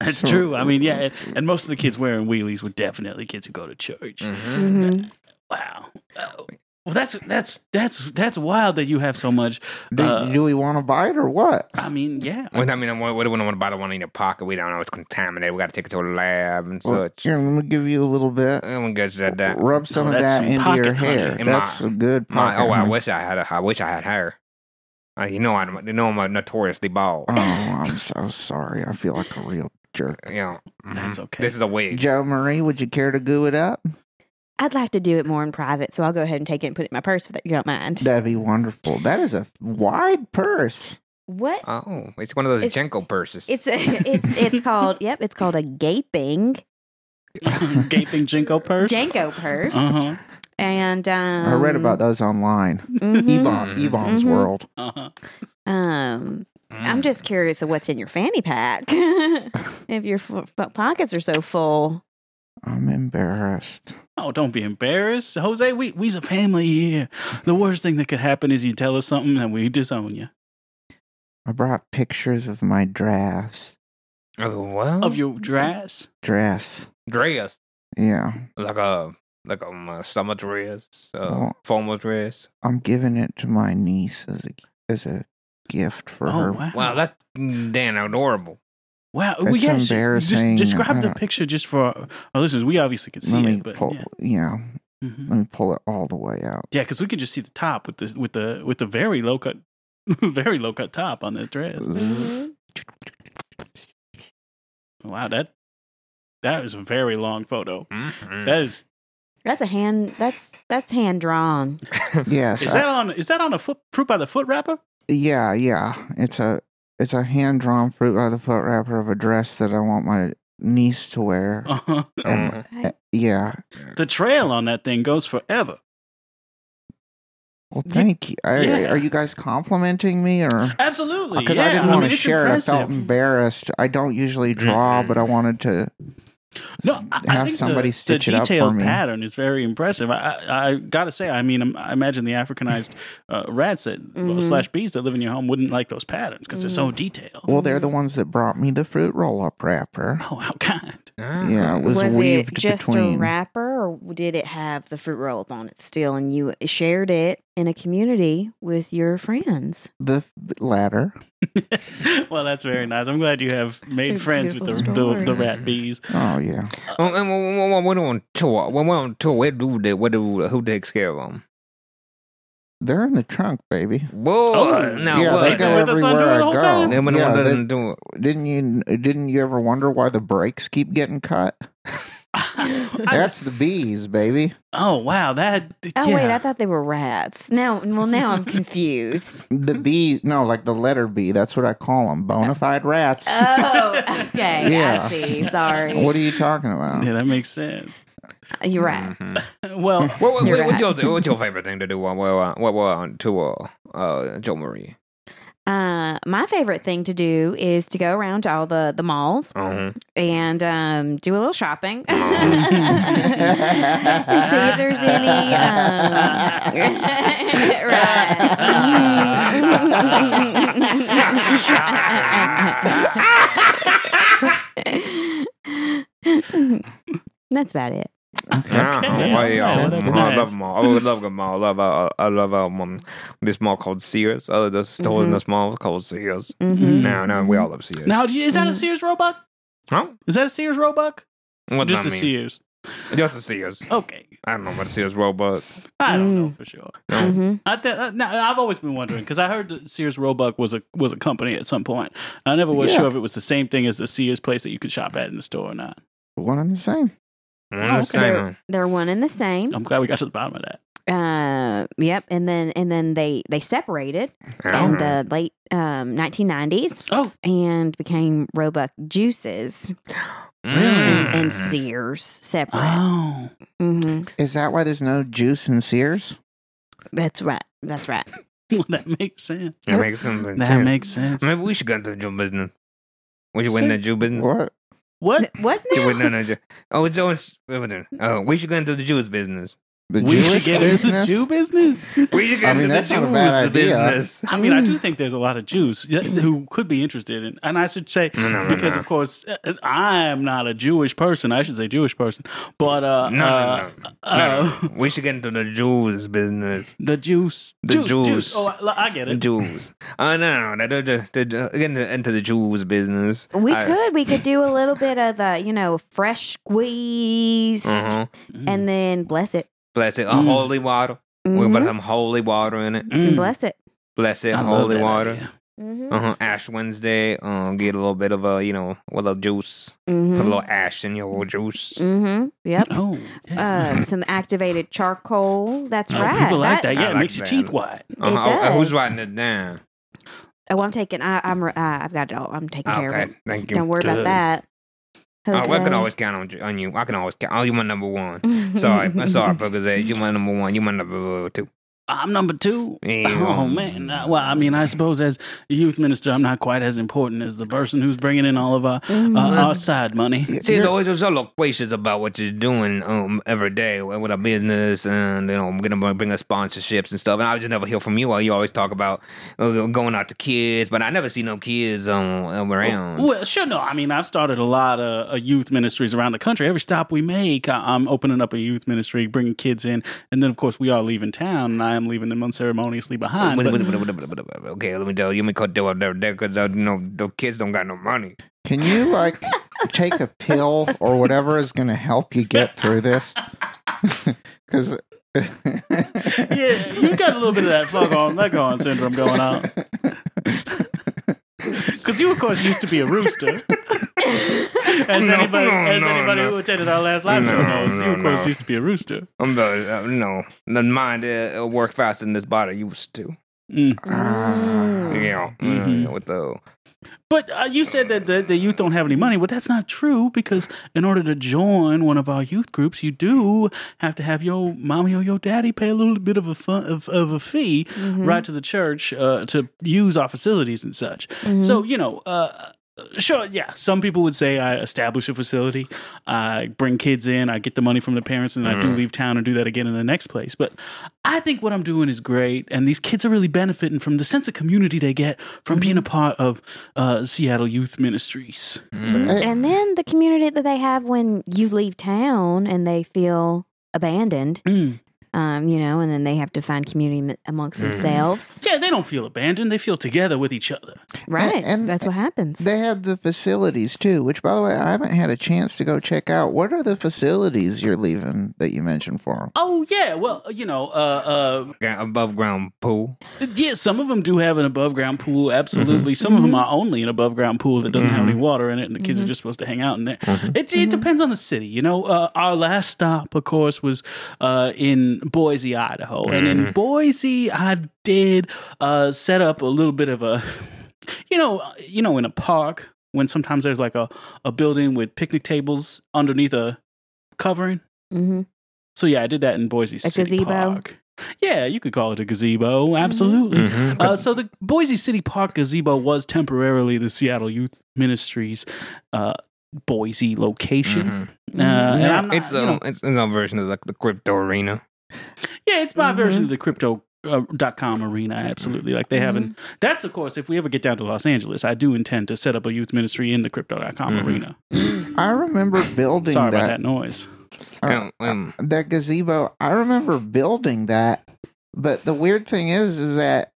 [SPEAKER 1] that's
[SPEAKER 4] so-
[SPEAKER 1] true. I mean, yeah, and, and most of the kids wearing wheelies were definitely kids who go to church.
[SPEAKER 4] Mm.
[SPEAKER 3] Mhm.
[SPEAKER 5] hmm
[SPEAKER 1] Wow. Oh, well, that's that's that's that's wild that you have so much.
[SPEAKER 4] do,
[SPEAKER 1] uh,
[SPEAKER 4] do we want to buy it or what?
[SPEAKER 1] I mean, yeah.
[SPEAKER 3] Well, I mean, I wouldn't want to buy the one in your pocket. We don't know it's contaminated. We got to take it to a lab and
[SPEAKER 4] Well,
[SPEAKER 3] such.
[SPEAKER 4] here, let me give you a little bit.
[SPEAKER 3] Everyone gets said that.
[SPEAKER 4] Rub some
[SPEAKER 1] Oh,
[SPEAKER 4] of
[SPEAKER 1] that's
[SPEAKER 4] that
[SPEAKER 1] some
[SPEAKER 4] into
[SPEAKER 1] pocket
[SPEAKER 4] your
[SPEAKER 1] honey
[SPEAKER 4] hair.
[SPEAKER 3] in
[SPEAKER 4] That's
[SPEAKER 3] my-
[SPEAKER 4] a good
[SPEAKER 3] My,
[SPEAKER 4] pocket.
[SPEAKER 3] oh, I
[SPEAKER 4] honey.
[SPEAKER 3] wish I had. A, I wish I had hair. Uh, you know, I'm you know I'm a notoriously bald.
[SPEAKER 4] Oh, I'm so sorry. I feel like a real jerk.
[SPEAKER 3] You know, mhm.
[SPEAKER 1] That's
[SPEAKER 4] mm-hmm.
[SPEAKER 1] okay.
[SPEAKER 3] This is a wig.
[SPEAKER 4] Joe Marie, would you care to goo it up?
[SPEAKER 5] I'd like to do it more in private, so I'll go ahead and take it and put it in my purse if that you don't mind.
[SPEAKER 4] That'd be wonderful. That is a wide purse.
[SPEAKER 5] What?
[SPEAKER 3] oh, it's one of those
[SPEAKER 5] It's-
[SPEAKER 3] Jenko purses.
[SPEAKER 5] It's a, it's it's called yep. It's called a gaping
[SPEAKER 1] Gaping Jinko purse.
[SPEAKER 5] Janko purse,
[SPEAKER 1] Uh huh.
[SPEAKER 5] and um,
[SPEAKER 4] I read about those online.
[SPEAKER 5] mhm,
[SPEAKER 4] Ebon, Ebon's
[SPEAKER 5] Mhm.
[SPEAKER 4] World.
[SPEAKER 1] Uh huh.
[SPEAKER 5] Um,
[SPEAKER 3] Mm.
[SPEAKER 5] I'm just curious of what's in your fanny pack. if your f- f- pockets are so full,
[SPEAKER 4] I'm embarrassed.
[SPEAKER 1] Oh, don't be embarrassed, Jose. We we's a family here. The worst thing that could happen is you tell us something and we disown you
[SPEAKER 4] I brought pictures of my drafts. Mm.
[SPEAKER 3] oh, well,
[SPEAKER 1] of
[SPEAKER 4] Mm-hmm.
[SPEAKER 1] your dress.
[SPEAKER 4] Dress.
[SPEAKER 3] dress
[SPEAKER 4] Yeah.
[SPEAKER 3] like a like a um, uh, summer dress, uh,
[SPEAKER 4] Well-
[SPEAKER 3] formal dress.
[SPEAKER 4] I'm giving it to my niece as a as a gift for
[SPEAKER 1] Oh
[SPEAKER 4] her.
[SPEAKER 1] wow.
[SPEAKER 3] Wow, that's damn adorable.
[SPEAKER 1] Wow,
[SPEAKER 4] That's
[SPEAKER 1] well, yeah, she-
[SPEAKER 4] embarrassing.
[SPEAKER 1] Just describe
[SPEAKER 4] I
[SPEAKER 1] the
[SPEAKER 4] don't-
[SPEAKER 1] picture just for our, our listeners. We obviously can see
[SPEAKER 4] Let me
[SPEAKER 1] it, but
[SPEAKER 4] pull
[SPEAKER 1] yeah,
[SPEAKER 4] yeah.
[SPEAKER 1] Mhm.
[SPEAKER 4] let me pull it all the way out.
[SPEAKER 1] Yeah, because we can just see the top with the with the with the very low cut, very low cut top on the dress. Wow, that that is a very long photo.
[SPEAKER 3] Mhm.
[SPEAKER 1] That is
[SPEAKER 5] that's a hand. That's that's hand drawn.
[SPEAKER 4] Yes.
[SPEAKER 1] is
[SPEAKER 4] I-
[SPEAKER 1] that on is that on a foot fruit by the foot wrapper?
[SPEAKER 4] yeah, yeah. It's a it's a hand drawn fruit by the foot wrapper of a dress that I want my niece to wear.
[SPEAKER 1] Uh-huh.
[SPEAKER 4] And-
[SPEAKER 3] Mhm.
[SPEAKER 4] uh, yeah.
[SPEAKER 1] The trail on that thing goes forever.
[SPEAKER 4] Well,
[SPEAKER 1] You-
[SPEAKER 4] thank you. Are,
[SPEAKER 1] yeah.
[SPEAKER 4] are you guys complimenting me or?
[SPEAKER 1] Absolutely,
[SPEAKER 4] Because
[SPEAKER 1] yeah.
[SPEAKER 4] I didn't want
[SPEAKER 1] mean,
[SPEAKER 4] to
[SPEAKER 1] it's
[SPEAKER 4] share it. I
[SPEAKER 1] impressive.
[SPEAKER 4] felt embarrassed. I don't usually draw, but I wanted to
[SPEAKER 1] No,
[SPEAKER 4] s-
[SPEAKER 1] I, I
[SPEAKER 4] have
[SPEAKER 1] think
[SPEAKER 4] somebody
[SPEAKER 1] the,
[SPEAKER 4] stitch
[SPEAKER 1] the
[SPEAKER 4] it up
[SPEAKER 1] detailed
[SPEAKER 4] for me.
[SPEAKER 1] pattern is very impressive. I, I, I gotta say, I mean, I imagine the Africanized uh, rats that
[SPEAKER 5] Mhm.
[SPEAKER 1] slash bees that live in your home wouldn't like those patterns because they're so
[SPEAKER 5] Mm.
[SPEAKER 1] detailed.
[SPEAKER 4] Well, they're the ones that brought me the fruit roll-up wrapper.
[SPEAKER 1] Oh, how kind!
[SPEAKER 3] Mm-hmm.
[SPEAKER 4] Yeah, it was,
[SPEAKER 5] it
[SPEAKER 4] weaved
[SPEAKER 5] just
[SPEAKER 4] between.
[SPEAKER 5] a wrapper, or did it have the fruit roll up on it still? And you shared it in a community with your friends.
[SPEAKER 4] the ladder.
[SPEAKER 1] well, that's very nice. I'm glad you have
[SPEAKER 5] a
[SPEAKER 1] made friends with the,
[SPEAKER 5] beautiful
[SPEAKER 1] the the
[SPEAKER 5] story.
[SPEAKER 1] rat bees.
[SPEAKER 4] Oh yeah,
[SPEAKER 3] Well, and when, when, when we're on um, tour, when we're on tour, where do they, where do, who takes care of them?
[SPEAKER 4] they're in the trunk, baby.
[SPEAKER 3] Whoa,
[SPEAKER 1] Oh,
[SPEAKER 3] now
[SPEAKER 4] yeah,
[SPEAKER 3] what?
[SPEAKER 4] they go
[SPEAKER 1] With us on
[SPEAKER 4] everywhere
[SPEAKER 1] tour
[SPEAKER 4] I
[SPEAKER 1] the whole
[SPEAKER 4] go.
[SPEAKER 1] time?
[SPEAKER 3] And when
[SPEAKER 4] Yeah,
[SPEAKER 3] one
[SPEAKER 4] they-
[SPEAKER 3] doesn't do it,
[SPEAKER 4] didn't you didn't you ever wonder why the brakes keep getting cut?
[SPEAKER 1] I-
[SPEAKER 4] That's the bees, baby.
[SPEAKER 1] oh wow, that
[SPEAKER 5] Oh
[SPEAKER 1] yeah.
[SPEAKER 5] wait, I thought they were rats. Now, well, now I'm confused.
[SPEAKER 4] The bee, no, like the letter B. That's what I call them, bona fide rats.
[SPEAKER 5] Oh, okay,
[SPEAKER 4] Yeah.
[SPEAKER 5] I see. Sorry,
[SPEAKER 4] What are you talking about?
[SPEAKER 1] yeah, that makes sense.
[SPEAKER 5] you're
[SPEAKER 4] Mm.
[SPEAKER 5] right.
[SPEAKER 3] Mhm.
[SPEAKER 1] Well,
[SPEAKER 3] What, what,
[SPEAKER 5] You're
[SPEAKER 3] what- what's,
[SPEAKER 5] right.
[SPEAKER 3] your, what's your favorite thing to do while we're on, while we're on tour, uh, Joe Marie?
[SPEAKER 5] Uh, my favorite thing to do is to go around to all the the malls
[SPEAKER 3] Mhm.
[SPEAKER 5] and um, do a little shopping. See if there's any. Um...
[SPEAKER 1] Mm-hmm.
[SPEAKER 5] right. That's about it.
[SPEAKER 3] Yeah,
[SPEAKER 1] Okay.
[SPEAKER 3] well, yeah,
[SPEAKER 1] Yeah,
[SPEAKER 3] um,
[SPEAKER 1] that's
[SPEAKER 3] I love
[SPEAKER 1] nice.
[SPEAKER 3] them all. I would love them all. I love, uh, I love um, um, this mall called Sears. Uh, the store in
[SPEAKER 5] Mhm.
[SPEAKER 3] this mall called Sears.
[SPEAKER 5] Mhm.
[SPEAKER 3] No, no, we all love Sears.
[SPEAKER 1] now do you- is that
[SPEAKER 5] Mm.
[SPEAKER 1] a Sears Roebuck?
[SPEAKER 3] Huh?
[SPEAKER 1] Is that a Sears Roebuck?
[SPEAKER 3] What
[SPEAKER 1] Just a
[SPEAKER 3] does that mean?
[SPEAKER 1] Sears.
[SPEAKER 3] Just a Sears.
[SPEAKER 1] Okay,
[SPEAKER 3] I don't know what a Sears robot.
[SPEAKER 1] I don't know
[SPEAKER 5] Mm.
[SPEAKER 1] for sure.
[SPEAKER 3] No.
[SPEAKER 5] Mhm.
[SPEAKER 1] I th- uh, no, I've always been wondering because I heard that Sears Roebuck was a was a company at some point. I never was
[SPEAKER 4] Yeah.
[SPEAKER 1] sure if it was the same thing as the Sears place that you could shop at in the store or not.
[SPEAKER 4] One and the same.
[SPEAKER 3] I understand.
[SPEAKER 5] They're, they're one and the same.
[SPEAKER 1] I'm glad we got to the bottom of that.
[SPEAKER 5] Uh, yep. And then and then they they separated
[SPEAKER 3] Oh.
[SPEAKER 5] in the late um 1990s
[SPEAKER 1] Oh,
[SPEAKER 5] and became Roebuck Juices
[SPEAKER 1] Really?
[SPEAKER 3] Mm.
[SPEAKER 5] and Sears separate.
[SPEAKER 1] Mm. oh,
[SPEAKER 5] hmm
[SPEAKER 4] Is that why there's no juice in Sears?
[SPEAKER 5] That's right. That's right.
[SPEAKER 1] well, that makes sense.
[SPEAKER 3] That makes some
[SPEAKER 1] That
[SPEAKER 3] sense.
[SPEAKER 1] makes sense.
[SPEAKER 3] Maybe we should go into the Jew business. Would you win the Jew
[SPEAKER 1] Mm.
[SPEAKER 3] business?
[SPEAKER 4] What?
[SPEAKER 1] What?
[SPEAKER 5] What's
[SPEAKER 3] You win
[SPEAKER 5] now?
[SPEAKER 3] the Jew- Oh, it's always. Oh, we should go into the Jewish business.
[SPEAKER 4] The
[SPEAKER 1] we should
[SPEAKER 4] Jewish
[SPEAKER 1] get into the
[SPEAKER 4] business?
[SPEAKER 1] Jew business.
[SPEAKER 3] We should go
[SPEAKER 4] I
[SPEAKER 3] into
[SPEAKER 4] mean,
[SPEAKER 3] the
[SPEAKER 4] that's
[SPEAKER 3] Jews
[SPEAKER 4] not a bad idea.
[SPEAKER 3] business.
[SPEAKER 1] I mean, I do think there's a lot of Jews y- who could be interested in, and I should say
[SPEAKER 3] No, no, no,
[SPEAKER 1] because
[SPEAKER 3] no.
[SPEAKER 1] of course uh, I am not a Jewish person. I should say Jewish person, but uh,
[SPEAKER 3] No, no,
[SPEAKER 1] uh,
[SPEAKER 3] no.
[SPEAKER 1] uh,
[SPEAKER 3] no, no. We should get into the Jews business.
[SPEAKER 1] The juice.
[SPEAKER 3] The
[SPEAKER 1] juice,
[SPEAKER 3] juice.
[SPEAKER 1] juice. Oh, I, I get
[SPEAKER 3] The
[SPEAKER 1] it.
[SPEAKER 3] Jews. Oh, no, no, no. The, the, the, the, get into, into the Jews business.
[SPEAKER 5] We
[SPEAKER 3] I-
[SPEAKER 5] could we could do a little bit of the you know fresh squeezed
[SPEAKER 3] Uh-huh.
[SPEAKER 5] and then bless it.
[SPEAKER 3] Bless it. A
[SPEAKER 1] Mm.
[SPEAKER 3] holy water. We
[SPEAKER 5] Mhm.
[SPEAKER 4] Mm-hmm.
[SPEAKER 3] put some holy water in it.
[SPEAKER 1] Mm.
[SPEAKER 5] Mm-hmm. Bless it.
[SPEAKER 3] Bless it.
[SPEAKER 1] I love
[SPEAKER 3] holy
[SPEAKER 1] that
[SPEAKER 3] water.
[SPEAKER 1] idea.
[SPEAKER 5] Mm-hmm.
[SPEAKER 3] Uh huh. Ash Wednesday. Um, get a little bit of a you know, a little juice. Put a
[SPEAKER 5] Mm-hmm.
[SPEAKER 3] little ash in your juice.
[SPEAKER 5] hmm Yep.
[SPEAKER 1] Oh, yeah.
[SPEAKER 5] Uh, some activated charcoal. That's
[SPEAKER 1] Oh,
[SPEAKER 5] right.
[SPEAKER 1] People like that.
[SPEAKER 3] I
[SPEAKER 1] Yeah, it
[SPEAKER 3] like
[SPEAKER 1] makes your
[SPEAKER 3] that.
[SPEAKER 1] teeth white.
[SPEAKER 3] Uh-huh.
[SPEAKER 5] It
[SPEAKER 3] Oh, who's
[SPEAKER 5] does.
[SPEAKER 3] writing it down?
[SPEAKER 5] Oh, I'm taking. I, I'm. Uh, I've got it all. I'm taking care of
[SPEAKER 3] Ah, Okay,
[SPEAKER 5] it.
[SPEAKER 3] thank you.
[SPEAKER 5] Don't worry
[SPEAKER 1] Good.
[SPEAKER 5] about that.
[SPEAKER 3] Oh, I can
[SPEAKER 5] Jose.
[SPEAKER 3] always count on, you- on you. I can always count. Oh, you my number one. Sorry, I'm sorry, Pocazette. You my number one. You my number two.
[SPEAKER 1] I'm number two.
[SPEAKER 3] Yeah.
[SPEAKER 1] Oh man. Uh, Well, I mean, I suppose as a youth minister, I'm not quite as important as the person who's bringing in all of our,
[SPEAKER 5] Mm-hmm.
[SPEAKER 1] uh, our side money.
[SPEAKER 3] She's
[SPEAKER 4] You're-
[SPEAKER 3] always so loquacious about what you're doing um, every day with a business, and you know, I'm gonna bring us sponsorships and stuff. And I just never hear from you. While you always talk about uh, going out to kids, but I never see no kids um, around.
[SPEAKER 1] Well, sure. No, I mean, I've started a lot of uh, youth ministries around the country. Every stop we make, I- I'm opening up a youth ministry, bringing kids in, and then of course we are leaving town, and I am leaving them unceremoniously behind.
[SPEAKER 3] Wait,
[SPEAKER 1] but-
[SPEAKER 3] wait, wait, wait, wait, wait, wait, wait. Okay, let me tell you, let me cut deal there because uh, no, the kids don't got no money.
[SPEAKER 4] Can you like take a pill or whatever is going to help you get through this? Because
[SPEAKER 1] yeah, you got a little bit of that fuck on leg on syndrome going on. Because you, of course, used to be a rooster. as
[SPEAKER 3] No,
[SPEAKER 1] anybody,
[SPEAKER 3] no,
[SPEAKER 1] as
[SPEAKER 3] no,
[SPEAKER 1] anybody
[SPEAKER 3] no.
[SPEAKER 1] who attended our last live show
[SPEAKER 3] No,
[SPEAKER 1] knows, you,
[SPEAKER 3] no,
[SPEAKER 1] of course,
[SPEAKER 3] no.
[SPEAKER 1] used to be a rooster.
[SPEAKER 3] I'm the, uh, no, the mind uh, work faster than this body used to.
[SPEAKER 1] Mm.
[SPEAKER 4] Ah.
[SPEAKER 3] Yeah,
[SPEAKER 1] Mhm.
[SPEAKER 3] yeah, with the
[SPEAKER 1] But uh, you said that the, the youth don't have any money. Well, that's not true because in order to join one of our youth groups, you do have to have your mommy or your daddy pay a little bit of a fun, of, of a fee right to the church uh, to use our facilities and such. So you know, uh, sure, yeah. Some people would say I establish a facility, I bring kids in, I get the money from the parents, and I do
[SPEAKER 3] Mhm.
[SPEAKER 1] leave town and do that again in the next place. But I think what I'm doing is great, and these kids are really benefiting from the sense of community they get from being a part of uh, Seattle Youth Ministries.
[SPEAKER 3] Mm.
[SPEAKER 5] And then the community that they have when you leave town and they feel abandoned,
[SPEAKER 1] Mm. Mm-hmm.
[SPEAKER 5] um, you know, and then they have to find community m- amongst
[SPEAKER 3] Mm.
[SPEAKER 5] themselves.
[SPEAKER 1] Yeah, they don't feel abandoned; they feel together with each other.
[SPEAKER 5] Right.
[SPEAKER 4] and-
[SPEAKER 5] That's what happens.
[SPEAKER 4] They have the facilities too, which by the way, I haven't had a chance to go check out. What are the facilities you're leaving that you mentioned for 'em?
[SPEAKER 1] Oh yeah, well you know, uh, uh,
[SPEAKER 3] Got above ground pool.
[SPEAKER 1] yeah, some of them do have an above ground pool. Absolutely, some of them are only an above ground pool that doesn't have any water in it, and the kids are just supposed to hang out in there. It,
[SPEAKER 5] Mm-hmm.
[SPEAKER 1] it depends on the city, you know. Uh, our last stop, of course, was uh, in Boise, Idaho, and
[SPEAKER 5] Mm-hmm.
[SPEAKER 1] in Boise, I did uh, set up a little bit of a, you know, uh, you know, in a park when sometimes there's like a, a building with picnic tables underneath a covering.
[SPEAKER 5] hmm
[SPEAKER 1] So yeah, I did that in Boise
[SPEAKER 5] A
[SPEAKER 1] City
[SPEAKER 5] gazebo? Mm-hmm.
[SPEAKER 1] Park. Yeah, you could call it a gazebo. Absolutely.
[SPEAKER 3] Mhm.
[SPEAKER 1] Uh, so the Boise City Park gazebo was temporarily the Seattle Youth Ministries uh, Boise location.
[SPEAKER 3] Mhm.
[SPEAKER 1] Uh, and
[SPEAKER 4] Yeah,
[SPEAKER 1] I'm not-
[SPEAKER 3] it's um,
[SPEAKER 1] you
[SPEAKER 3] a
[SPEAKER 1] know-
[SPEAKER 3] it's, it's a version of the, the crypto arena.
[SPEAKER 1] yeah, it's my
[SPEAKER 5] Mhm.
[SPEAKER 1] version of the crypto. Uh, dot com arena absolutely like they have in that's of course if we ever get down to los angeles i do intend to set up a youth ministry in the crypto.com com
[SPEAKER 3] Mhm.
[SPEAKER 1] arena
[SPEAKER 4] I remember building
[SPEAKER 1] sorry about
[SPEAKER 4] that.
[SPEAKER 1] that noise
[SPEAKER 4] Or-
[SPEAKER 3] Um, um,
[SPEAKER 4] that gazebo i remember building that but the weird thing is is that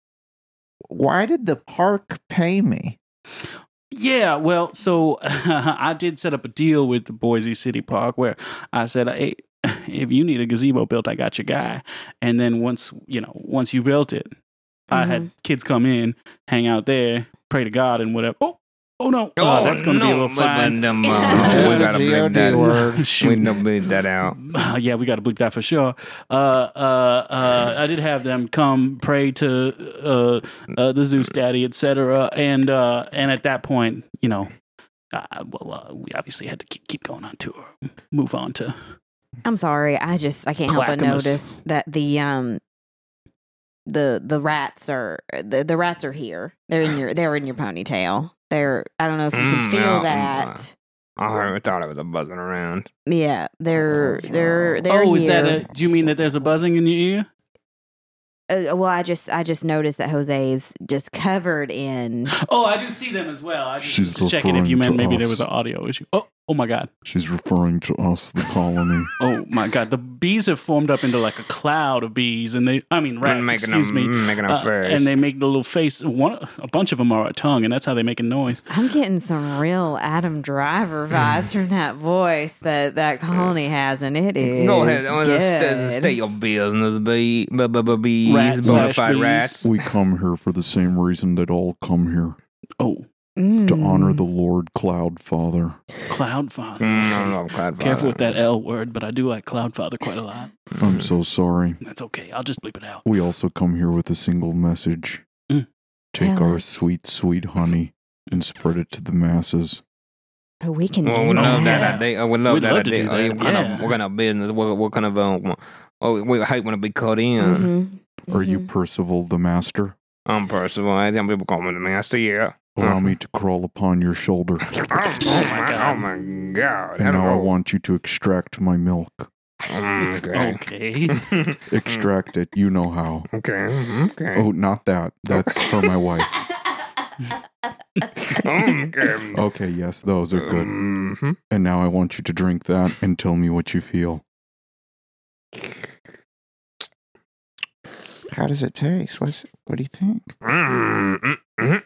[SPEAKER 4] why did the park pay me
[SPEAKER 1] Yeah, well, so I did set up a deal with the Boise City Park where I said, "Hey, if you need a gazebo built, I got your guy." And then once you know, once you built it, I had kids come in, hang out there, pray to God, and whatever. Oh, oh no, oh, that's going to be a little fine.
[SPEAKER 3] But, um,
[SPEAKER 5] Yeah.
[SPEAKER 3] uh, we gotta bleep
[SPEAKER 4] G.O.D.
[SPEAKER 3] that.
[SPEAKER 4] word.
[SPEAKER 3] We
[SPEAKER 1] Shoot.
[SPEAKER 3] need to bleep that out.
[SPEAKER 1] Uh, yeah, we got to bleep that for sure. Uh, uh, uh, I did have them come pray to uh, uh, the Zeus Daddy, etc. And uh, and at that point, you know, uh, well, uh, we obviously had to keep, keep going on tour, move on to.
[SPEAKER 5] I'm sorry. I just I can't help but
[SPEAKER 1] Clackamas.
[SPEAKER 5] notice that the um the the rats are the, the rats are here. They're in your they're in your ponytail. They're I don't know if you can
[SPEAKER 3] Mm,
[SPEAKER 5] feel
[SPEAKER 3] yeah, mm,
[SPEAKER 5] that.
[SPEAKER 3] I heard, I thought it was a buzzing around.
[SPEAKER 5] Yeah, they're they're they're
[SPEAKER 1] oh,
[SPEAKER 5] here.
[SPEAKER 1] is that? A, do you mean that there's a buzzing in your ear?
[SPEAKER 5] Uh, well, I just I just noticed that Jose's just covered in.
[SPEAKER 1] Oh, I do see them as well. I just
[SPEAKER 6] She's
[SPEAKER 1] was checking if you meant
[SPEAKER 6] referring
[SPEAKER 1] maybe
[SPEAKER 6] to us.
[SPEAKER 1] there was an audio issue. Oh, oh my God.
[SPEAKER 6] She's referring to us, the colony.
[SPEAKER 1] Oh my God. The bees have formed up into like a cloud of bees, and they. I mean rats.
[SPEAKER 3] making
[SPEAKER 1] Excuse
[SPEAKER 3] them,
[SPEAKER 1] me.
[SPEAKER 3] mm, Making them
[SPEAKER 1] Uh,
[SPEAKER 3] first.
[SPEAKER 1] and they make the little face. One, a bunch of them are a tongue, and that's how they make a noise.
[SPEAKER 5] I'm getting some real Adam Driver vibes from that voice that that colony has, and it is
[SPEAKER 3] Go ahead, uh,
[SPEAKER 5] good.
[SPEAKER 3] st- state your business, bee, b- b- b- bees,
[SPEAKER 1] Rats
[SPEAKER 3] bona
[SPEAKER 1] slash
[SPEAKER 3] fide
[SPEAKER 1] bees.
[SPEAKER 3] rats. Mm,
[SPEAKER 6] we come here for the same reason they'd all come here
[SPEAKER 1] Oh,
[SPEAKER 5] Mm.
[SPEAKER 6] to honor the Lord Cloud Father.
[SPEAKER 1] Cloud Father.
[SPEAKER 3] Mm, I love Cloud
[SPEAKER 1] Careful
[SPEAKER 3] Father.
[SPEAKER 1] with that L word, but I do like Cloud Father quite a lot.
[SPEAKER 6] I'm so sorry.
[SPEAKER 1] That's okay. I'll just bleep it out.
[SPEAKER 6] We also come here with a single message
[SPEAKER 1] Mm.
[SPEAKER 6] take
[SPEAKER 5] Tell
[SPEAKER 6] our
[SPEAKER 5] us.
[SPEAKER 6] sweet, sweet honey and spread it to the masses.
[SPEAKER 5] Oh, we can
[SPEAKER 3] Well,
[SPEAKER 5] do
[SPEAKER 3] we love
[SPEAKER 5] that.
[SPEAKER 3] that idea. Uh, We love
[SPEAKER 1] We'd
[SPEAKER 3] that
[SPEAKER 1] love to
[SPEAKER 3] idea.
[SPEAKER 1] do
[SPEAKER 3] Uh,
[SPEAKER 1] that,
[SPEAKER 3] What, kind
[SPEAKER 1] yeah.
[SPEAKER 3] of, what kind of business? What, what kind of? Um, oh, we hate when it be cut in.
[SPEAKER 1] Mm-hmm.
[SPEAKER 5] Mhm.
[SPEAKER 6] Are you
[SPEAKER 5] Mhm.
[SPEAKER 6] Percival the Master?
[SPEAKER 3] I'm Percival. I think people call me the master. Yeah.
[SPEAKER 6] Allow
[SPEAKER 3] Mhm.
[SPEAKER 6] me to crawl upon your shoulder,
[SPEAKER 3] Oh, my god! Oh my god!
[SPEAKER 6] and now I
[SPEAKER 3] Hello.
[SPEAKER 6] want you to extract my milk.
[SPEAKER 3] Mm, Okay.
[SPEAKER 1] Okay.
[SPEAKER 3] Oh.
[SPEAKER 6] Extract it, you know how.
[SPEAKER 3] okay.
[SPEAKER 7] Hmm.
[SPEAKER 3] Okay.
[SPEAKER 6] Oh, not that. That's for my wife.
[SPEAKER 5] Mm-hmm.
[SPEAKER 3] Oh. okay.
[SPEAKER 6] Okay, yes, those are
[SPEAKER 7] Hmm.
[SPEAKER 6] good.
[SPEAKER 3] Mhm.
[SPEAKER 6] And now I want you to drink that and tell me what you feel.
[SPEAKER 4] how does it taste what's what do you think
[SPEAKER 3] Mm, mm, mm.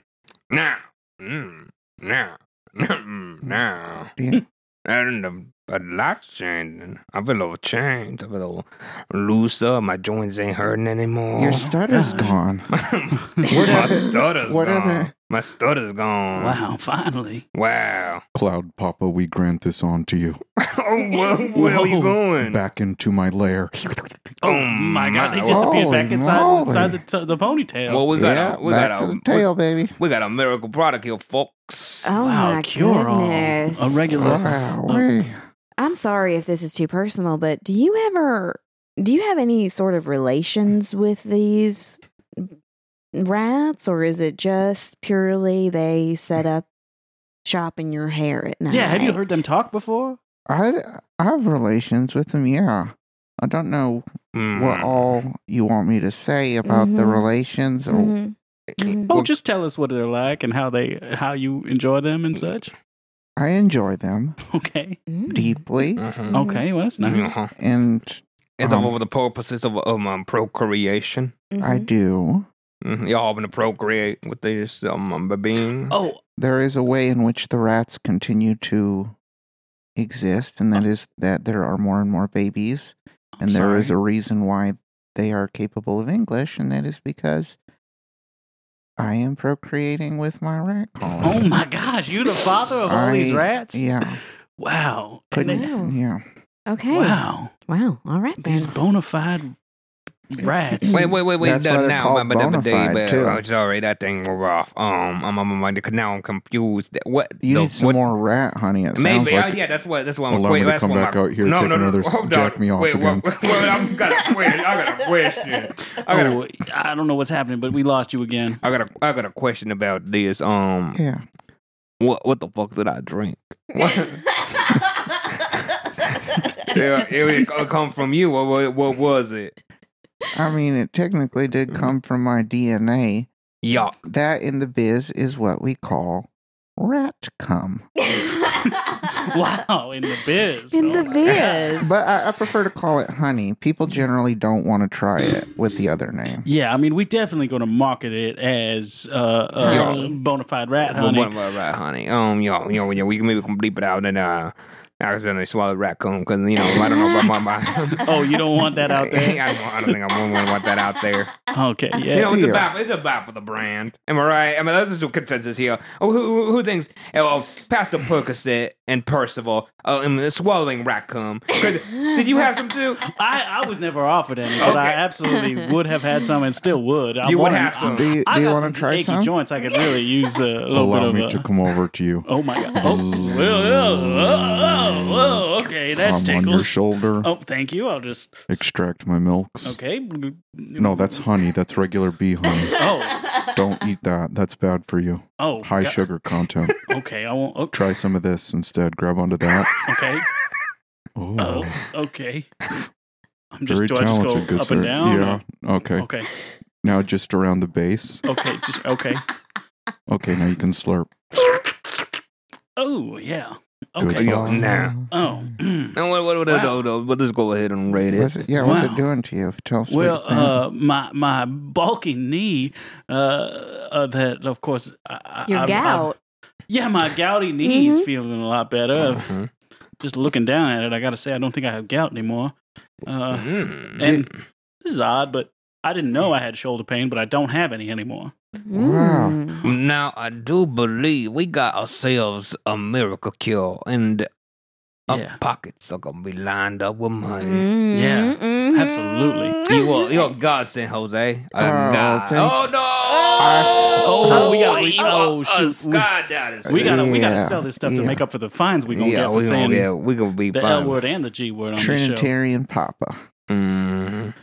[SPEAKER 3] Now, mm, now, Mm, now.
[SPEAKER 4] do you,
[SPEAKER 3] And the but life's changing. I feel a little changed. I feel a little looser. My joints ain't hurting anymore.
[SPEAKER 4] your stutter's
[SPEAKER 1] God.
[SPEAKER 4] gone
[SPEAKER 3] my stutter's
[SPEAKER 4] What
[SPEAKER 3] gone.
[SPEAKER 4] happened?
[SPEAKER 3] My stutter's gone.
[SPEAKER 1] wow, finally.
[SPEAKER 3] Wow.
[SPEAKER 6] Cloud Papa, we grant this on to you.
[SPEAKER 3] oh, where, where are you
[SPEAKER 1] Whoa.
[SPEAKER 3] going?
[SPEAKER 6] Back into my lair.
[SPEAKER 1] Oh my God. They
[SPEAKER 3] my-
[SPEAKER 1] disappeared
[SPEAKER 4] Holy
[SPEAKER 1] back inside,
[SPEAKER 4] moly.
[SPEAKER 1] inside the, t- the ponytail.
[SPEAKER 3] Well, we got a, we
[SPEAKER 4] back
[SPEAKER 3] got
[SPEAKER 4] to
[SPEAKER 3] a,
[SPEAKER 4] the
[SPEAKER 3] we-
[SPEAKER 4] tail baby
[SPEAKER 3] we got a miracle product here, folks.
[SPEAKER 5] Oh
[SPEAKER 1] Wow,
[SPEAKER 5] my
[SPEAKER 1] cure-all.
[SPEAKER 5] goodness!
[SPEAKER 1] A regular-
[SPEAKER 4] wow we-
[SPEAKER 5] I'm sorry if this is too personal, but do you ever do you have any sort of relations with these rats, or is it just purely they set up shopping your hair at night.
[SPEAKER 1] Yeah, have you heard them talk before?
[SPEAKER 4] I, I have relations with them, yeah. I don't know
[SPEAKER 3] Mm. Mm-hmm.
[SPEAKER 4] what all you want me to say about the
[SPEAKER 5] Mhm.
[SPEAKER 4] relations. Or,
[SPEAKER 5] Mhm. Mhm.
[SPEAKER 1] Oh, just tell us what they're like and how they how you enjoy them and such.
[SPEAKER 4] I enjoy them
[SPEAKER 1] Okay.
[SPEAKER 5] Mm.
[SPEAKER 4] deeply,
[SPEAKER 3] Mhm.
[SPEAKER 5] Mhm.
[SPEAKER 1] Okay, well that's nice.
[SPEAKER 3] Uh-huh.
[SPEAKER 4] and
[SPEAKER 3] It's
[SPEAKER 4] Um,
[SPEAKER 3] all over the purposes of um, um, procreation.
[SPEAKER 4] I
[SPEAKER 5] Mhm.
[SPEAKER 4] do.
[SPEAKER 3] hmm Y'all been to procreate with this um, um baboon.
[SPEAKER 1] Oh,
[SPEAKER 4] There is a way in which the rats continue to exist,
[SPEAKER 3] Oh.
[SPEAKER 4] and that is that there are more and more babies,
[SPEAKER 1] I'm
[SPEAKER 4] and there is a
[SPEAKER 1] sorry.
[SPEAKER 4] reason why they are capable of English, and that is because I am procreating with my rat
[SPEAKER 1] Oh
[SPEAKER 4] colony.
[SPEAKER 1] my gosh, you the father of all these
[SPEAKER 4] I-
[SPEAKER 1] rats?
[SPEAKER 4] Yeah,
[SPEAKER 1] Wow. And
[SPEAKER 4] couldn't.
[SPEAKER 1] then-
[SPEAKER 4] Yeah,
[SPEAKER 5] Okay. Wow.
[SPEAKER 1] wow.
[SPEAKER 5] All right then.
[SPEAKER 1] These bona fide rats.
[SPEAKER 3] Wait, wait, wait, wait.
[SPEAKER 4] That's
[SPEAKER 3] no,
[SPEAKER 4] why they're
[SPEAKER 3] now, but-
[SPEAKER 4] called
[SPEAKER 3] but- but-
[SPEAKER 4] bona fide,
[SPEAKER 3] but-
[SPEAKER 4] too.
[SPEAKER 3] I'm sorry, that thing were off. Um, I'm, I'm, I'm, now I'm confused. What?
[SPEAKER 4] you
[SPEAKER 3] the-
[SPEAKER 4] need some
[SPEAKER 3] what-
[SPEAKER 4] more rat honey. It sounds
[SPEAKER 3] Maybe.
[SPEAKER 4] like
[SPEAKER 3] oh, yeah, that's what. That's what I'm.
[SPEAKER 6] Allow
[SPEAKER 3] wait,
[SPEAKER 6] me to
[SPEAKER 3] that's
[SPEAKER 6] come
[SPEAKER 3] what
[SPEAKER 6] back
[SPEAKER 3] my-
[SPEAKER 6] out here,
[SPEAKER 3] No,
[SPEAKER 6] take
[SPEAKER 3] no, no.
[SPEAKER 6] another s-
[SPEAKER 3] Hold
[SPEAKER 6] jack
[SPEAKER 3] on.
[SPEAKER 6] me off
[SPEAKER 3] wait,
[SPEAKER 6] again.
[SPEAKER 3] Well, well, I've got a question. I got a question. I got a,
[SPEAKER 1] Oh, I don't know what's happening, but we lost you again.
[SPEAKER 3] I got a, I got a question about this. Um,
[SPEAKER 4] yeah.
[SPEAKER 3] what, what the fuck did I drink? What? yeah, it, it come from you. What, what, what was it?
[SPEAKER 4] I mean, it technically did
[SPEAKER 3] Mm-hmm.
[SPEAKER 4] come from my DNA.
[SPEAKER 3] Yuck.
[SPEAKER 4] That in the biz is what we call rat cum.
[SPEAKER 1] Wow, in the biz.
[SPEAKER 5] In
[SPEAKER 1] Oh
[SPEAKER 5] the
[SPEAKER 1] my
[SPEAKER 5] biz.
[SPEAKER 4] But I, I prefer to call it honey. People generally don't want to try it with the other name.
[SPEAKER 1] Yeah, I mean, we definitely going to market it as uh, uh,
[SPEAKER 5] Honey.
[SPEAKER 1] bona fide rat
[SPEAKER 3] Well,
[SPEAKER 1] honey.
[SPEAKER 3] What, what, right, honey? Um, you know, you know, you know, we can maybe can bleep it out and uh, I accidentally swallowed raccoon because you know I don't know about my my.
[SPEAKER 1] Oh, you don't want that out there?
[SPEAKER 3] I, don't, I don't think I want to want that out there.
[SPEAKER 1] Okay, yeah.
[SPEAKER 3] You know, it's
[SPEAKER 4] Here.
[SPEAKER 3] a battle. It's a battle for the brand. Am I right? I mean, that's just a consensus here. Oh, who, who, who thinks? Oh, Pastor Percocet and Percival. Oh, and swallowing raccoon. Could- Did you have some too?
[SPEAKER 1] I, I was never offered any, but I
[SPEAKER 3] Okay.
[SPEAKER 1] absolutely would have had some and still would. I
[SPEAKER 3] You would
[SPEAKER 1] wanna-
[SPEAKER 3] have some.
[SPEAKER 4] Do you,
[SPEAKER 1] I
[SPEAKER 4] do you
[SPEAKER 1] got
[SPEAKER 4] want
[SPEAKER 1] some
[SPEAKER 4] to try
[SPEAKER 1] achy
[SPEAKER 4] some?
[SPEAKER 1] joints. I could really use a little
[SPEAKER 6] Allow me
[SPEAKER 1] bit
[SPEAKER 6] to
[SPEAKER 1] of. A,
[SPEAKER 6] come over to you.
[SPEAKER 1] oh my god! Oh, whoa, whoa, whoa, whoa, okay, that's
[SPEAKER 6] Come on your
[SPEAKER 1] tickles.
[SPEAKER 6] shoulder.
[SPEAKER 1] Oh, thank you. I'll just
[SPEAKER 6] Extract my milks.
[SPEAKER 1] okay.
[SPEAKER 6] No, that's honey. That's regular bee honey.
[SPEAKER 1] oh
[SPEAKER 6] Don't eat that. That's bad for you.
[SPEAKER 1] oh
[SPEAKER 6] High
[SPEAKER 1] God.
[SPEAKER 6] sugar content.
[SPEAKER 1] Okay, I won't. oh,
[SPEAKER 6] Try some of this instead. Grab onto that.
[SPEAKER 1] Okay,
[SPEAKER 6] Oh,
[SPEAKER 1] oh okay. I'm just
[SPEAKER 6] very
[SPEAKER 1] do I just go
[SPEAKER 6] talented,
[SPEAKER 1] up
[SPEAKER 6] good sir.
[SPEAKER 1] and down?
[SPEAKER 6] Yeah. Okay.
[SPEAKER 1] Okay,
[SPEAKER 6] Now just around the base.
[SPEAKER 1] okay, just okay.
[SPEAKER 6] Okay. Now you can slurp.
[SPEAKER 1] Oh yeah.
[SPEAKER 6] Good.
[SPEAKER 1] Okay.
[SPEAKER 3] Oh, nah.
[SPEAKER 1] Oh.
[SPEAKER 3] No, what, what, what,
[SPEAKER 1] Wow.
[SPEAKER 3] no, no, but let's go ahead and rate it.
[SPEAKER 4] What's it, yeah, what's
[SPEAKER 1] Wow.
[SPEAKER 4] it doing to you? Tell us. what
[SPEAKER 1] Well,
[SPEAKER 4] it did.
[SPEAKER 1] uh, my my bulky knee, uh, uh that of course, I, I-
[SPEAKER 5] Your
[SPEAKER 1] I-
[SPEAKER 5] gout.
[SPEAKER 1] I- yeah, my gouty knee is
[SPEAKER 5] Mhm.
[SPEAKER 1] feeling a lot better.
[SPEAKER 6] Oh.
[SPEAKER 3] Mhm.
[SPEAKER 1] Just looking down at it, I gotta say, I don't think I have gout anymore. Uh,
[SPEAKER 3] Mm.
[SPEAKER 1] and this is odd, but I didn't know I had shoulder pain, but I don't have any anymore.
[SPEAKER 4] Wow.
[SPEAKER 5] Mm.
[SPEAKER 3] Now I do believe we got ourselves a miracle cure, and our
[SPEAKER 1] Yeah.
[SPEAKER 3] pockets are gonna be lined up with money.
[SPEAKER 5] Mm,
[SPEAKER 1] Yeah,
[SPEAKER 5] mhm.
[SPEAKER 1] absolutely.
[SPEAKER 3] You are you're a godsend, Jose. A god.
[SPEAKER 4] thank-
[SPEAKER 3] Mm-hmm. oh no!
[SPEAKER 1] Oh, we gotta re-
[SPEAKER 3] you
[SPEAKER 1] oh,
[SPEAKER 3] are a
[SPEAKER 1] shoot.
[SPEAKER 3] sky daddy.
[SPEAKER 1] We gotta we gotta
[SPEAKER 4] Yeah,
[SPEAKER 1] sell this stuff to
[SPEAKER 4] yeah.
[SPEAKER 1] make up for the fines we gonna
[SPEAKER 3] yeah,
[SPEAKER 1] get for
[SPEAKER 3] we
[SPEAKER 1] saying
[SPEAKER 3] gonna yeah, we gonna be
[SPEAKER 1] the
[SPEAKER 3] fine.
[SPEAKER 1] L word and the G word on the show.
[SPEAKER 4] Trinitarian Papa.
[SPEAKER 3] Mhm.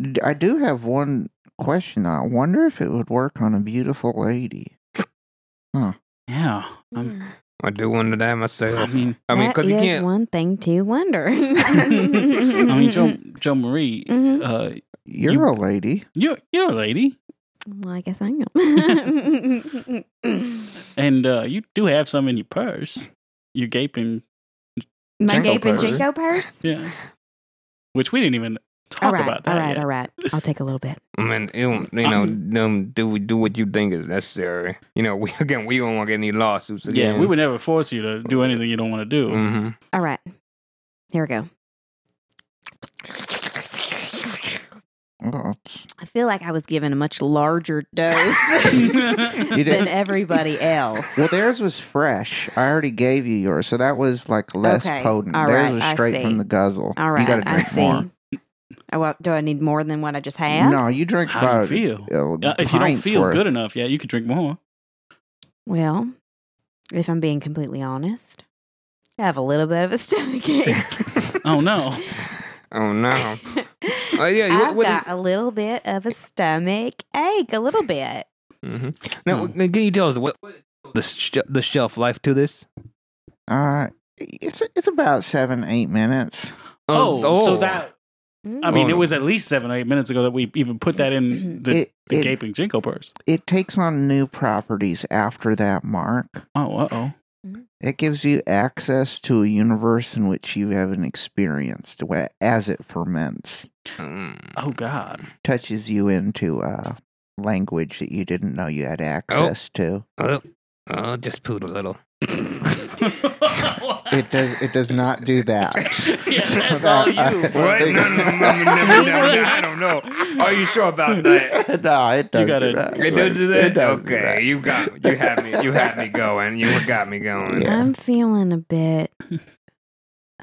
[SPEAKER 4] D- I do have one question. I wonder if it would work on a beautiful lady.
[SPEAKER 1] Yeah, um,
[SPEAKER 3] I do wonder that myself.
[SPEAKER 1] I mean,
[SPEAKER 3] I mean,
[SPEAKER 5] Mm. That
[SPEAKER 3] because you
[SPEAKER 5] is
[SPEAKER 3] can't.
[SPEAKER 5] one thing to wonder.
[SPEAKER 1] I mean, Joe Joe Marie,
[SPEAKER 5] Mhm.
[SPEAKER 1] uh,
[SPEAKER 4] You're
[SPEAKER 1] You-
[SPEAKER 4] a lady.
[SPEAKER 1] you're you're a lady.
[SPEAKER 5] Mm-hmm. Well, I guess I am.
[SPEAKER 1] And uh, you do have some in your purse. Your gaping,
[SPEAKER 5] My
[SPEAKER 3] Jinko
[SPEAKER 5] gaping
[SPEAKER 3] purse.
[SPEAKER 5] jinko purse.
[SPEAKER 1] yeah. Which we didn't even talk
[SPEAKER 5] all right,
[SPEAKER 1] about that.
[SPEAKER 5] all right,
[SPEAKER 1] yet.
[SPEAKER 5] all right. I'll take a little bit.
[SPEAKER 3] I mean, you don't- you know,
[SPEAKER 1] I'm-
[SPEAKER 3] um, do do what you think is necessary. You know, we again, we don't want to get any lawsuits
[SPEAKER 1] Yeah,
[SPEAKER 3] again.
[SPEAKER 1] we would never force you to do anything you don't want to do.
[SPEAKER 3] hmm
[SPEAKER 5] All right, here we go.
[SPEAKER 4] Oh, it's-
[SPEAKER 5] I feel like I was given a much larger dose
[SPEAKER 4] you
[SPEAKER 5] than
[SPEAKER 4] did.
[SPEAKER 5] everybody else.
[SPEAKER 4] Well, theirs was fresh. I already gave you yours, so that was like less
[SPEAKER 5] Okay,
[SPEAKER 4] potent.
[SPEAKER 5] all
[SPEAKER 4] theirs
[SPEAKER 5] right,
[SPEAKER 4] was
[SPEAKER 5] I
[SPEAKER 4] straight
[SPEAKER 5] see.
[SPEAKER 4] from the guzzle.
[SPEAKER 5] all right,
[SPEAKER 4] you got to
[SPEAKER 5] I
[SPEAKER 4] drink
[SPEAKER 5] see.
[SPEAKER 4] more.
[SPEAKER 5] Oh, well, do I need more than what I just had?
[SPEAKER 4] No, you drink
[SPEAKER 1] How
[SPEAKER 4] about
[SPEAKER 1] do you feel?
[SPEAKER 4] a
[SPEAKER 1] Uh, if you don't
[SPEAKER 4] pint's
[SPEAKER 1] feel
[SPEAKER 4] worth.
[SPEAKER 1] good enough, yeah, you could drink more.
[SPEAKER 5] Well, if I'm being completely honest, I have a little bit of a stomach ache.
[SPEAKER 1] Oh no,
[SPEAKER 3] Mm-hmm. Oh no! Oh, yeah, you-
[SPEAKER 5] I've
[SPEAKER 3] what
[SPEAKER 5] got a little bit of a stomach ache, a little bit.
[SPEAKER 1] Hmm.
[SPEAKER 3] Mm-hmm. Now, can you tell us what, what the sh- the shelf life to this?
[SPEAKER 4] Uh, it's it's about seven eight minutes.
[SPEAKER 1] Oh, so that I mean, it
[SPEAKER 3] Oh, no.
[SPEAKER 1] was at least seven or eight minutes ago that we even put that in the,
[SPEAKER 4] it,
[SPEAKER 1] the
[SPEAKER 4] it,
[SPEAKER 1] gaping jinko purse.
[SPEAKER 4] it takes on new properties after that mark.
[SPEAKER 1] Oh, uh oh.
[SPEAKER 4] It gives you access to a universe in which you haven't experienced wh- as it ferments,
[SPEAKER 3] Mm.
[SPEAKER 1] Oh, God.
[SPEAKER 4] touches you into uh, language that you didn't know you had
[SPEAKER 1] Oh.
[SPEAKER 4] access to.
[SPEAKER 3] Oh, oh, just pooed a little.
[SPEAKER 4] It does. It does not do that.
[SPEAKER 1] Yeah, that's all you.
[SPEAKER 3] What? No, no, no, no, no, no, no, no, I don't know. Are you sure about that?
[SPEAKER 4] no, it doesn't.
[SPEAKER 1] gotta-
[SPEAKER 4] do that.
[SPEAKER 3] It does do that?
[SPEAKER 4] It doesn't do
[SPEAKER 3] okay,
[SPEAKER 4] that.
[SPEAKER 3] you got me. You had me. You had me going. You got me going.
[SPEAKER 4] Yeah.
[SPEAKER 5] I'm feeling a bit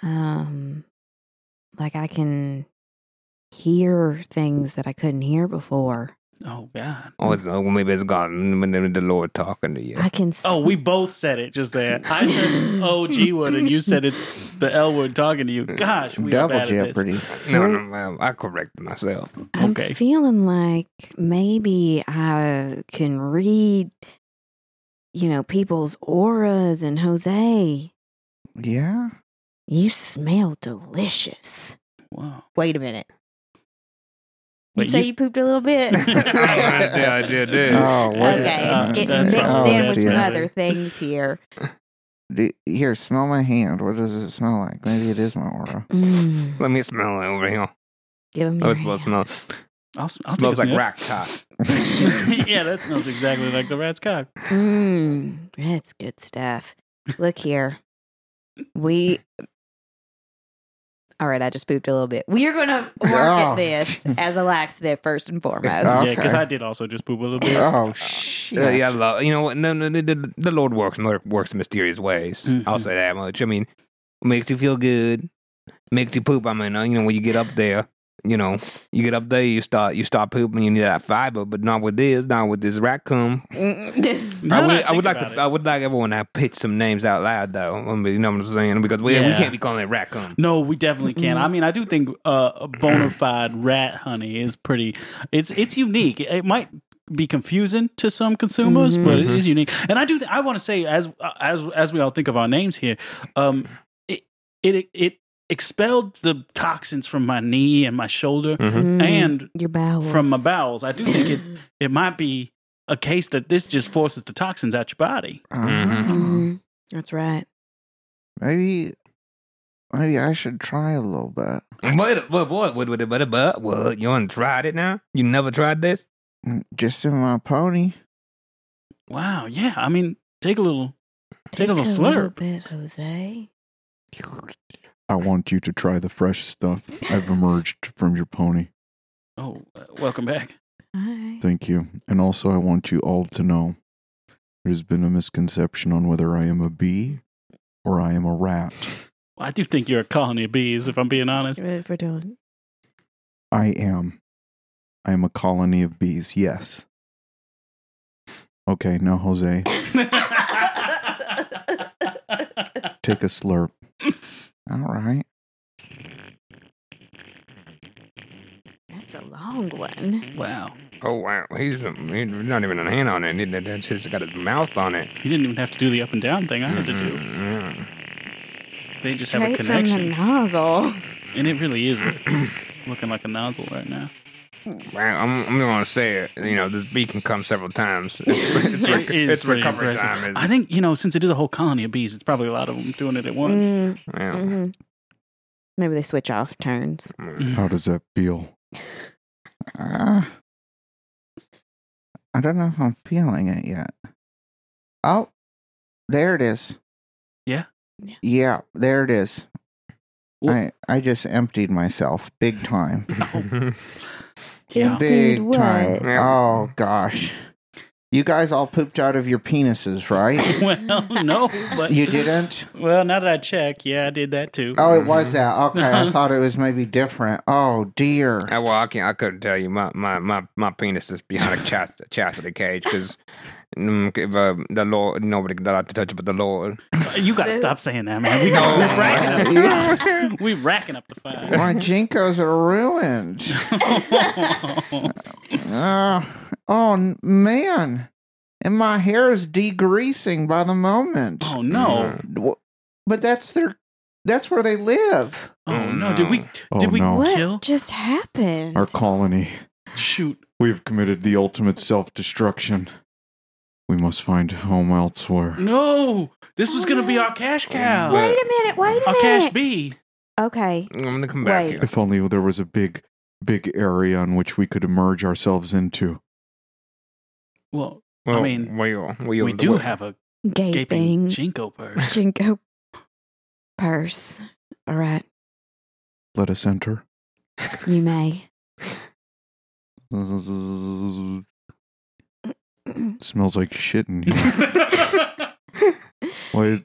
[SPEAKER 5] um like I can hear things that I couldn't hear before.
[SPEAKER 1] Oh, God.
[SPEAKER 3] Oh, it's, oh, maybe it's God. Maybe the Lord talking to you.
[SPEAKER 5] I can s-
[SPEAKER 1] Oh, we both said it just there. I said oh G word, and you said it's the L word talking to you. Gosh, we are
[SPEAKER 4] Double
[SPEAKER 1] bad at this.
[SPEAKER 4] jeopardy.
[SPEAKER 3] No, no, ma'am, I corrected myself.
[SPEAKER 5] I'm
[SPEAKER 1] okay.
[SPEAKER 5] feeling like maybe I can read you know people's auras and Jose,
[SPEAKER 4] Yeah.
[SPEAKER 5] you smell delicious.
[SPEAKER 1] Wow.
[SPEAKER 5] Wait a minute. You
[SPEAKER 1] Wait,
[SPEAKER 5] say
[SPEAKER 1] you-
[SPEAKER 5] you, pooped a little bit.
[SPEAKER 3] Yeah, I did, did.
[SPEAKER 4] Oh, what
[SPEAKER 5] okay,
[SPEAKER 1] Uh,
[SPEAKER 5] it's getting
[SPEAKER 1] that's
[SPEAKER 5] mixed
[SPEAKER 1] right.
[SPEAKER 5] in
[SPEAKER 1] Oh,
[SPEAKER 5] with
[SPEAKER 1] that's
[SPEAKER 5] some
[SPEAKER 1] right.
[SPEAKER 5] other things here.
[SPEAKER 4] Do- here, smell my hand. What does it smell like? Maybe it is my aura.
[SPEAKER 5] Mm,
[SPEAKER 3] Let me smell it over here.
[SPEAKER 5] give him
[SPEAKER 3] Oh,
[SPEAKER 5] your
[SPEAKER 3] it's supposed to smell.
[SPEAKER 1] I'll, s- I'll
[SPEAKER 3] smells
[SPEAKER 1] take
[SPEAKER 3] like
[SPEAKER 1] a
[SPEAKER 3] rack cock.
[SPEAKER 1] sniff. yeah, that smells exactly like the rat's cock.
[SPEAKER 5] Mm, that's good stuff. Look here. We all right, I just pooped a little bit. We are gonna work
[SPEAKER 4] Oh.
[SPEAKER 5] at this as a laxative first and foremost.
[SPEAKER 4] Oh.
[SPEAKER 1] Yeah, because
[SPEAKER 4] Okay.
[SPEAKER 1] I did also just poop a little bit.
[SPEAKER 4] Oh
[SPEAKER 3] Uh, Yeah,
[SPEAKER 4] shit!
[SPEAKER 3] yeah, I love. You know what? No, no, the, the, the Lord works mer- works in mysterious ways. I'll
[SPEAKER 1] Mhm.
[SPEAKER 3] say that much. I mean, makes you feel good, makes you poop. I mean, uh, you know, when you get up there, you know, you get up there, you start you start pooping. You need that fiber, but not with this, not with this raccoon.
[SPEAKER 5] Mm.
[SPEAKER 1] Now
[SPEAKER 3] I
[SPEAKER 1] that
[SPEAKER 3] would, I,
[SPEAKER 1] think
[SPEAKER 3] would like
[SPEAKER 1] about
[SPEAKER 3] to,
[SPEAKER 1] it-
[SPEAKER 3] I would like everyone to pitch some names out loud, though. I mean, you know what I'm saying? Because we, we
[SPEAKER 1] Yeah.
[SPEAKER 3] can't be calling it raccoon.
[SPEAKER 1] No, we definitely can. I mean, I do think uh, a bona fide rat honey is pretty. It's it's unique. It might be confusing to some consumers, but it is unique. And I do. Th- I want to say as as as we all think of our names here, um, it it it expelled the toxins from my knee and my shoulder
[SPEAKER 3] Mhm.
[SPEAKER 5] Mm. Mm-hmm.
[SPEAKER 1] and
[SPEAKER 5] your bowels
[SPEAKER 1] from my bowels. I do think it it might be a case that this just forces the toxins out your body.
[SPEAKER 4] Uh,
[SPEAKER 5] Mm, That's right.
[SPEAKER 4] Maybe, maybe I should try a little bit.
[SPEAKER 3] But but what what what but but what you haven't tried it now? You never tried this?
[SPEAKER 4] Mm, Just in my pony.
[SPEAKER 1] Wow. Yeah. I mean, take a little. Take a little slurp.
[SPEAKER 5] bit, Jose.
[SPEAKER 6] I want you to try the fresh stuff I've emerged from your pony.
[SPEAKER 1] Oh, uh, welcome back.
[SPEAKER 5] Hi.
[SPEAKER 6] Thank you. And also, I want you all to know there has been a misconception on whether I am a bee or I am a rat.
[SPEAKER 1] Well, I do think you're a colony of bees, if I'm being honest.
[SPEAKER 5] If we're doing
[SPEAKER 6] I am. I am a colony of bees, yes. Okay, now, Jose, take a slurp.
[SPEAKER 4] All right.
[SPEAKER 5] that's a long one.
[SPEAKER 1] wow.
[SPEAKER 3] Oh wow, he's, he's not even a hand on it. He- that- That's just got his mouth on it.
[SPEAKER 1] You didn't even have to do the up and down thing I had to do.
[SPEAKER 3] Mm,
[SPEAKER 1] They just have
[SPEAKER 5] Straight
[SPEAKER 1] a
[SPEAKER 5] from the
[SPEAKER 1] connection.
[SPEAKER 5] nozzle.
[SPEAKER 1] And it really is looking like a nozzle right now.
[SPEAKER 3] mm. Wow, I'm, I'm gonna say it. You know, this bee can come several times. It's it's, rec-
[SPEAKER 1] It is
[SPEAKER 3] it's
[SPEAKER 1] pretty
[SPEAKER 3] recovery
[SPEAKER 1] impressive.
[SPEAKER 3] time. Is,
[SPEAKER 1] I think, you know, since it is a whole colony of bees, it's probably a lot of them doing it at once.
[SPEAKER 5] Mm,
[SPEAKER 3] yeah.
[SPEAKER 5] mhm. Maybe they switch off turns.
[SPEAKER 3] Mm.
[SPEAKER 6] How does that feel?
[SPEAKER 4] Uh, I don't know if I'm feeling it yet. Oh, there it is.
[SPEAKER 1] Yeah?
[SPEAKER 5] Yeah.
[SPEAKER 4] Yeah, there it is.
[SPEAKER 1] Well-
[SPEAKER 4] I I just emptied myself big time.
[SPEAKER 1] Yeah.
[SPEAKER 4] Big
[SPEAKER 5] Dude, what?
[SPEAKER 4] time.
[SPEAKER 3] Yeah.
[SPEAKER 4] Oh gosh. You guys all pooped out of your penises, right?
[SPEAKER 1] Well, no, but.
[SPEAKER 4] you didn't?
[SPEAKER 1] Well, now that I check, yeah, I did that too.
[SPEAKER 4] Oh, it was that. Okay, I thought it was maybe different. Oh dear.
[SPEAKER 3] I, well, I can't. I couldn't tell you. My my my, my penis is behind a chast- chastity cage because. if, uh, the Lord, nobody got allowed to touch it but the Lord.
[SPEAKER 1] You gotta stop saying that, man. We,
[SPEAKER 3] No.
[SPEAKER 1] we're racking up, we racking up the fine.
[SPEAKER 4] My jinkos are ruined. Uh, oh n- man, and my hair is degreasing by the moment.
[SPEAKER 1] Oh no!
[SPEAKER 4] Wh- But that's their that's where they live.
[SPEAKER 1] Oh no! Did we?
[SPEAKER 6] Oh,
[SPEAKER 1] Did we
[SPEAKER 6] no.
[SPEAKER 5] What
[SPEAKER 1] kill?
[SPEAKER 5] just happened?
[SPEAKER 6] Our colony.
[SPEAKER 1] Shoot!
[SPEAKER 6] We have committed the ultimate self destruction. We must find home elsewhere.
[SPEAKER 1] No! This was gonna be our cash cow.
[SPEAKER 5] wait a minute. Wait a
[SPEAKER 1] Our
[SPEAKER 5] minute.
[SPEAKER 1] Uh, cash bee.
[SPEAKER 5] okay.
[SPEAKER 3] I'm gonna come back
[SPEAKER 5] Wait.
[SPEAKER 3] here.
[SPEAKER 6] If only there was a big, big area on which we could emerge ourselves into.
[SPEAKER 1] Well,
[SPEAKER 3] Well,
[SPEAKER 1] I mean,
[SPEAKER 3] well,
[SPEAKER 1] we,
[SPEAKER 3] well,
[SPEAKER 1] do
[SPEAKER 3] well,
[SPEAKER 1] have a gaping
[SPEAKER 5] Gaping
[SPEAKER 1] chinko purse.
[SPEAKER 5] jinko purse. All right.
[SPEAKER 6] Let us enter.
[SPEAKER 5] You may.
[SPEAKER 6] smells like shit in here. Why?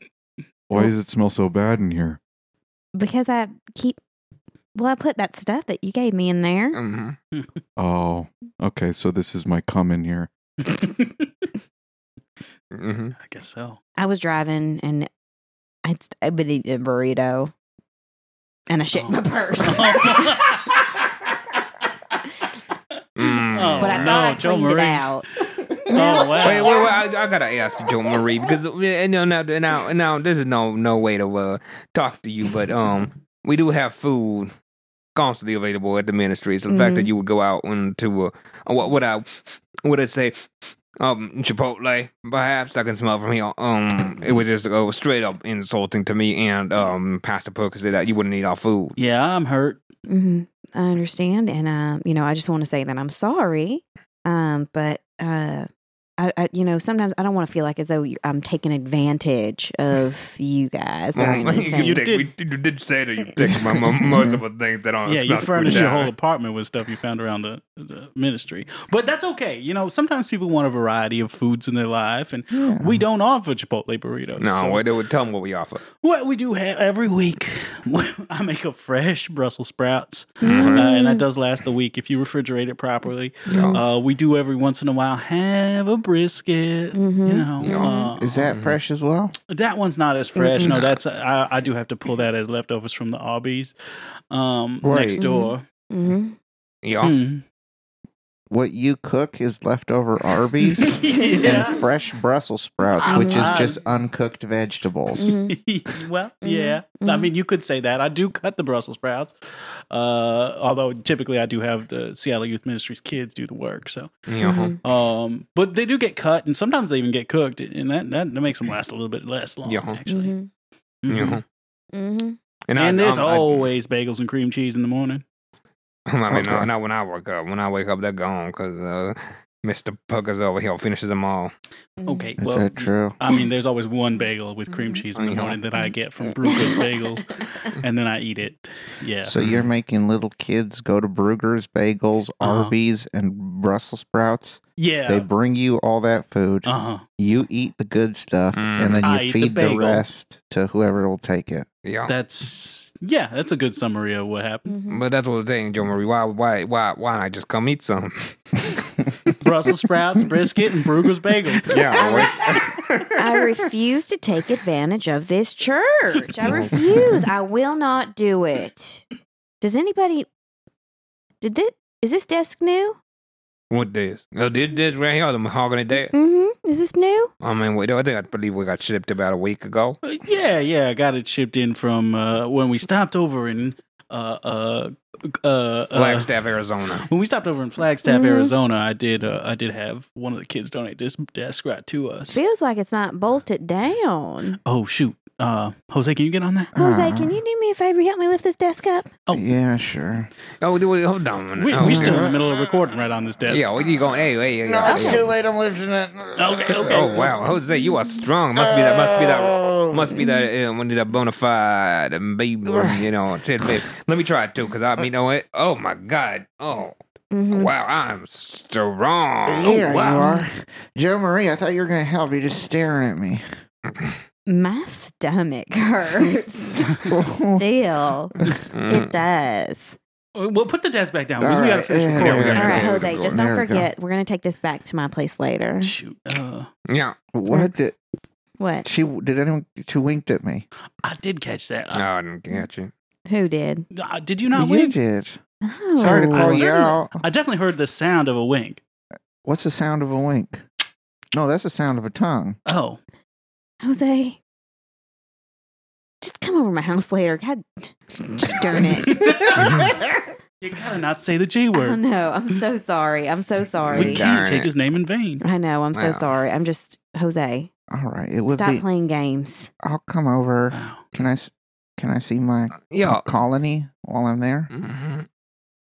[SPEAKER 6] Why does it smell so bad in here?
[SPEAKER 5] because I keep. Well, I put that stuff that you gave me in there.
[SPEAKER 3] Mhm.
[SPEAKER 6] Oh, okay. So this is my cum in here.
[SPEAKER 3] Mhm.
[SPEAKER 1] I guess so.
[SPEAKER 5] I was driving and I'd, st- I'd been eating a burrito and I shit in my
[SPEAKER 1] Oh.
[SPEAKER 5] purse.
[SPEAKER 3] Mm.
[SPEAKER 1] Oh,
[SPEAKER 5] but I
[SPEAKER 1] no,
[SPEAKER 5] thought I
[SPEAKER 1] Joe
[SPEAKER 5] cleaned it
[SPEAKER 1] Marie.
[SPEAKER 5] out.
[SPEAKER 1] Oh wow!
[SPEAKER 3] Wait, wait, wait, I, I gotta ask Joe Marie because uh, and now, now, now, now, this is no, no way to uh, talk to you, but um, we do have food constantly available at the ministry. So the fact that you would go out into a uh, what would I would it say um Chipotle perhaps I can smell from here. Um, it was just uh, straight up insulting to me and um Pastor Perkins said that you wouldn't eat our food.
[SPEAKER 1] Yeah, I'm hurt.
[SPEAKER 5] hmm I understand, and um, you know, I just want to say that I'm sorry. Um, but uh, I, I, you know, sometimes I don't want to feel like as though you- I'm taking advantage of you guys or
[SPEAKER 1] Mm-hmm.
[SPEAKER 3] Um,
[SPEAKER 5] anything.
[SPEAKER 3] you, take,
[SPEAKER 1] did-
[SPEAKER 3] we, you did say that you take my, my multiple things that aren't
[SPEAKER 1] yeah, you
[SPEAKER 3] smelled
[SPEAKER 1] furnished
[SPEAKER 3] good.
[SPEAKER 1] your whole apartment with stuff you found around the, the ministry. But that's okay. You know, sometimes people want a variety of foods in their life, and
[SPEAKER 4] Yeah.
[SPEAKER 1] we don't offer Chipotle burritos.
[SPEAKER 3] No,
[SPEAKER 1] so-
[SPEAKER 3] wait, they would tell them what we offer.
[SPEAKER 1] What we do have every week, I make a fresh Brussels sprouts, uh,
[SPEAKER 5] Mhm.
[SPEAKER 1] and
[SPEAKER 4] Mm.
[SPEAKER 1] that does last the week if you refrigerate it properly.
[SPEAKER 4] Oh.
[SPEAKER 1] Uh, we do every once in a while have a brisket.
[SPEAKER 5] Mhm.
[SPEAKER 1] You know,
[SPEAKER 3] Yeah.
[SPEAKER 1] uh,
[SPEAKER 4] Mm-hmm. Is that fresh as well?
[SPEAKER 1] that one's not as fresh. No,
[SPEAKER 3] Mm-mm.
[SPEAKER 1] that's I, I do have to pull that as leftovers from the Arby's um,
[SPEAKER 4] Right.
[SPEAKER 1] next door.
[SPEAKER 5] Mhm.
[SPEAKER 3] Yeah.
[SPEAKER 1] Mm.
[SPEAKER 4] What you cook is leftover Arby's
[SPEAKER 1] Mm. Yeah. Um,
[SPEAKER 4] and fresh Brussels sprouts,
[SPEAKER 1] I'm
[SPEAKER 4] which is
[SPEAKER 1] not-
[SPEAKER 4] just uncooked vegetables.
[SPEAKER 5] Mhm.
[SPEAKER 1] well, yeah. I
[SPEAKER 5] mhm.
[SPEAKER 1] mean, you could say that. I do cut the Brussels sprouts, uh, although typically I do have the Seattle Youth Ministries kids do the work. So,
[SPEAKER 3] Yeah.
[SPEAKER 5] Mhm.
[SPEAKER 1] um, but they do get cut, and sometimes they even get cooked, and that that, that makes them last a little bit less long,
[SPEAKER 3] Yeah.
[SPEAKER 1] actually.
[SPEAKER 5] Mhm.
[SPEAKER 1] Mhm.
[SPEAKER 3] Yeah.
[SPEAKER 5] Mhm.
[SPEAKER 3] I-
[SPEAKER 1] And there's
[SPEAKER 3] I'm- I-
[SPEAKER 1] always bagels and cream cheese in the morning.
[SPEAKER 3] I, mean,
[SPEAKER 4] Okay.
[SPEAKER 3] no, not when I wake up. When I wake up, they're gone because uh, Mr. Puckers over here finishes them all.
[SPEAKER 5] Mhm.
[SPEAKER 1] Okay,
[SPEAKER 4] Is
[SPEAKER 1] well,
[SPEAKER 4] that true?
[SPEAKER 1] I mean, there's always one bagel with cream cheese in the
[SPEAKER 3] Yeah.
[SPEAKER 1] morning that I get
[SPEAKER 5] Mm-hmm.
[SPEAKER 1] from Bruco's Bagels, and then I eat it. Yeah.
[SPEAKER 4] So you're making little kids go to Brugger's, bagels,
[SPEAKER 1] Uh-huh.
[SPEAKER 4] Arby's, and Brussels sprouts. They
[SPEAKER 1] yeah.
[SPEAKER 4] bring you all that food.
[SPEAKER 1] Uh huh.
[SPEAKER 4] You eat the good stuff,
[SPEAKER 3] Mm.
[SPEAKER 4] and then you
[SPEAKER 1] I eat the
[SPEAKER 4] feed the,
[SPEAKER 1] bagel.
[SPEAKER 4] rest to whoever will take it.
[SPEAKER 3] Yeah.
[SPEAKER 1] That's yeah. That's a good summary of what happened.
[SPEAKER 5] Mhm.
[SPEAKER 3] but that's what I'm saying, Joe Marie. Why, why, why, why not just come eat some?
[SPEAKER 1] Brussels sprouts, brisket, and Bruger's bagels.
[SPEAKER 3] Yeah,
[SPEAKER 5] I refuse to take advantage of this church.
[SPEAKER 4] Oh.
[SPEAKER 5] I refuse. I will not do it. Does anybody? Did this? Is this desk new?
[SPEAKER 3] what this? Oh, this, this right here, the mahogany desk.
[SPEAKER 5] Mm-hmm. Is this new?
[SPEAKER 1] Hmm.
[SPEAKER 3] I mean, wait, I think I believe we got shipped about a week ago.
[SPEAKER 1] Uh, Yeah, yeah, I got it shipped in from uh, when we stopped over in uh, uh, uh, uh,
[SPEAKER 3] Flagstaff, Arizona.
[SPEAKER 1] when we stopped over in Flagstaff,
[SPEAKER 5] Mhm.
[SPEAKER 4] Mm-hmm.
[SPEAKER 1] Arizona. I did uh, I did have one of the kids donate this desk right to us.
[SPEAKER 5] Feels like it's not bolted down.
[SPEAKER 1] Oh shoot, uh, Jose, can you get on that?
[SPEAKER 4] Uh-huh.
[SPEAKER 5] Jose, can you do me a favor? Help me lift this desk up.
[SPEAKER 1] Oh.
[SPEAKER 4] Yeah, sure.
[SPEAKER 3] Oh, do we- hold on. a minute.
[SPEAKER 1] We,
[SPEAKER 3] oh,
[SPEAKER 1] we're still in
[SPEAKER 3] yeah.
[SPEAKER 1] the middle of recording right on this desk.
[SPEAKER 3] Yeah, what you going? Hey, hey, hey. hey, hey.
[SPEAKER 4] late. I'm lifting it.
[SPEAKER 1] Okay, okay.
[SPEAKER 3] Oh wow, Jose, you are strong. Must be that. Must be that. Must be that. Uh, one of that bona fide um, baby. You know, tit bit. Let me try it too, cause I mean, you know it. Oh my god. Oh
[SPEAKER 5] Mm-hmm.
[SPEAKER 3] wow, I'm strong. Oh,
[SPEAKER 4] Yeah,
[SPEAKER 1] wow.
[SPEAKER 4] you are. Joe Marie, I thought you were going to help. You're just staring at me.
[SPEAKER 5] My stomach hurts. Still, it
[SPEAKER 3] Mm.
[SPEAKER 5] does.
[SPEAKER 1] Uh, Well, put the desk back down because we
[SPEAKER 4] All
[SPEAKER 1] gotta
[SPEAKER 4] right,
[SPEAKER 1] finish
[SPEAKER 4] yeah,
[SPEAKER 1] recording.
[SPEAKER 3] yeah,
[SPEAKER 5] All
[SPEAKER 3] yeah.
[SPEAKER 5] right,
[SPEAKER 3] There we
[SPEAKER 5] Jose,
[SPEAKER 3] go.
[SPEAKER 5] just
[SPEAKER 4] There
[SPEAKER 5] don't
[SPEAKER 4] we go.
[SPEAKER 5] forget. We're gonna take this back to my place later.
[SPEAKER 1] Shoot, uh,
[SPEAKER 3] Yeah.
[SPEAKER 4] What did
[SPEAKER 5] What?
[SPEAKER 4] she? Did anyone? She winked at me.
[SPEAKER 1] I did catch that.
[SPEAKER 3] No, Oh, I didn't catch you.
[SPEAKER 5] Who did?
[SPEAKER 1] I, I- did you not
[SPEAKER 4] you
[SPEAKER 1] wink?
[SPEAKER 4] did.
[SPEAKER 5] Oh.
[SPEAKER 4] Sorry to
[SPEAKER 1] I
[SPEAKER 4] call you
[SPEAKER 1] certainly-
[SPEAKER 4] out.
[SPEAKER 1] I definitely heard the sound of a wink.
[SPEAKER 4] What's the sound of a wink? No, that's the sound of a tongue.
[SPEAKER 1] Oh,
[SPEAKER 5] Jose, just come over to my house later. God darn it.
[SPEAKER 1] you gotta not say the J
[SPEAKER 5] I
[SPEAKER 1] word.
[SPEAKER 5] know. I'm so sorry. I'm so
[SPEAKER 1] We
[SPEAKER 5] sorry.
[SPEAKER 1] can't
[SPEAKER 3] can't-
[SPEAKER 1] take his name in vain.
[SPEAKER 5] I know. I'm so
[SPEAKER 3] Wow.
[SPEAKER 5] sorry. I'm just, Jose,
[SPEAKER 4] All right, it would
[SPEAKER 5] stop
[SPEAKER 4] be.
[SPEAKER 5] playing games.
[SPEAKER 4] I'll come over.
[SPEAKER 1] Wow.
[SPEAKER 4] Can I? s- Can I see my
[SPEAKER 3] Yeah.
[SPEAKER 4] colony while I'm there?
[SPEAKER 3] hmm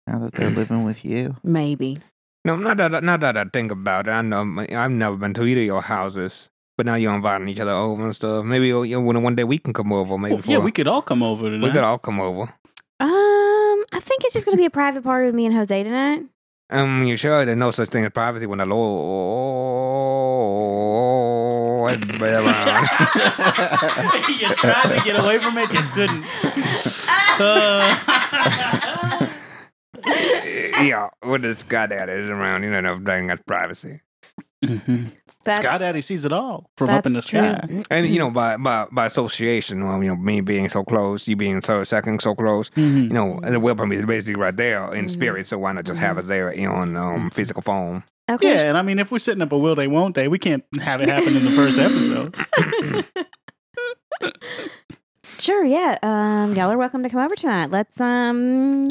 [SPEAKER 4] Now that they're living with you,
[SPEAKER 5] Maybe.
[SPEAKER 3] No, not that, not that I think about it. I know I've never been to either of your houses, but now you're inviting each other over and stuff. Maybe oh, you know, one one day we can come over. Maybe
[SPEAKER 1] Well, Oh, yeah,
[SPEAKER 3] for-
[SPEAKER 1] we could all come over tonight.
[SPEAKER 3] we could all come over.
[SPEAKER 5] Um, I think it's just going to be a private party with me and Jose tonight.
[SPEAKER 3] Um, you sure there's no such thing as privacy when the law is around?
[SPEAKER 1] you tried to get away from it, you couldn't. Uh,
[SPEAKER 3] yeah, when the Scott Daddy is around, you know, no thing that's privacy.
[SPEAKER 1] Scott Daddy sees it all from up in the
[SPEAKER 5] Mm-hmm.
[SPEAKER 1] sky.
[SPEAKER 5] that's true.
[SPEAKER 3] And
[SPEAKER 1] Mm-hmm.
[SPEAKER 3] you know, by by by association, well, you know, me being so close, you being so second so close,
[SPEAKER 1] Mm-hmm.
[SPEAKER 3] you know, the weapon is basically right there in
[SPEAKER 5] Mhm.
[SPEAKER 3] spirit. So why not just
[SPEAKER 1] Mm-hmm.
[SPEAKER 3] have us there on um, physical form?
[SPEAKER 5] Okay.
[SPEAKER 1] Yeah, and I mean, if we're setting up a will they, won't they, we can't have it happen in the first episode.
[SPEAKER 5] Sure, yeah. Um, y'all are welcome to come over tonight. Let's um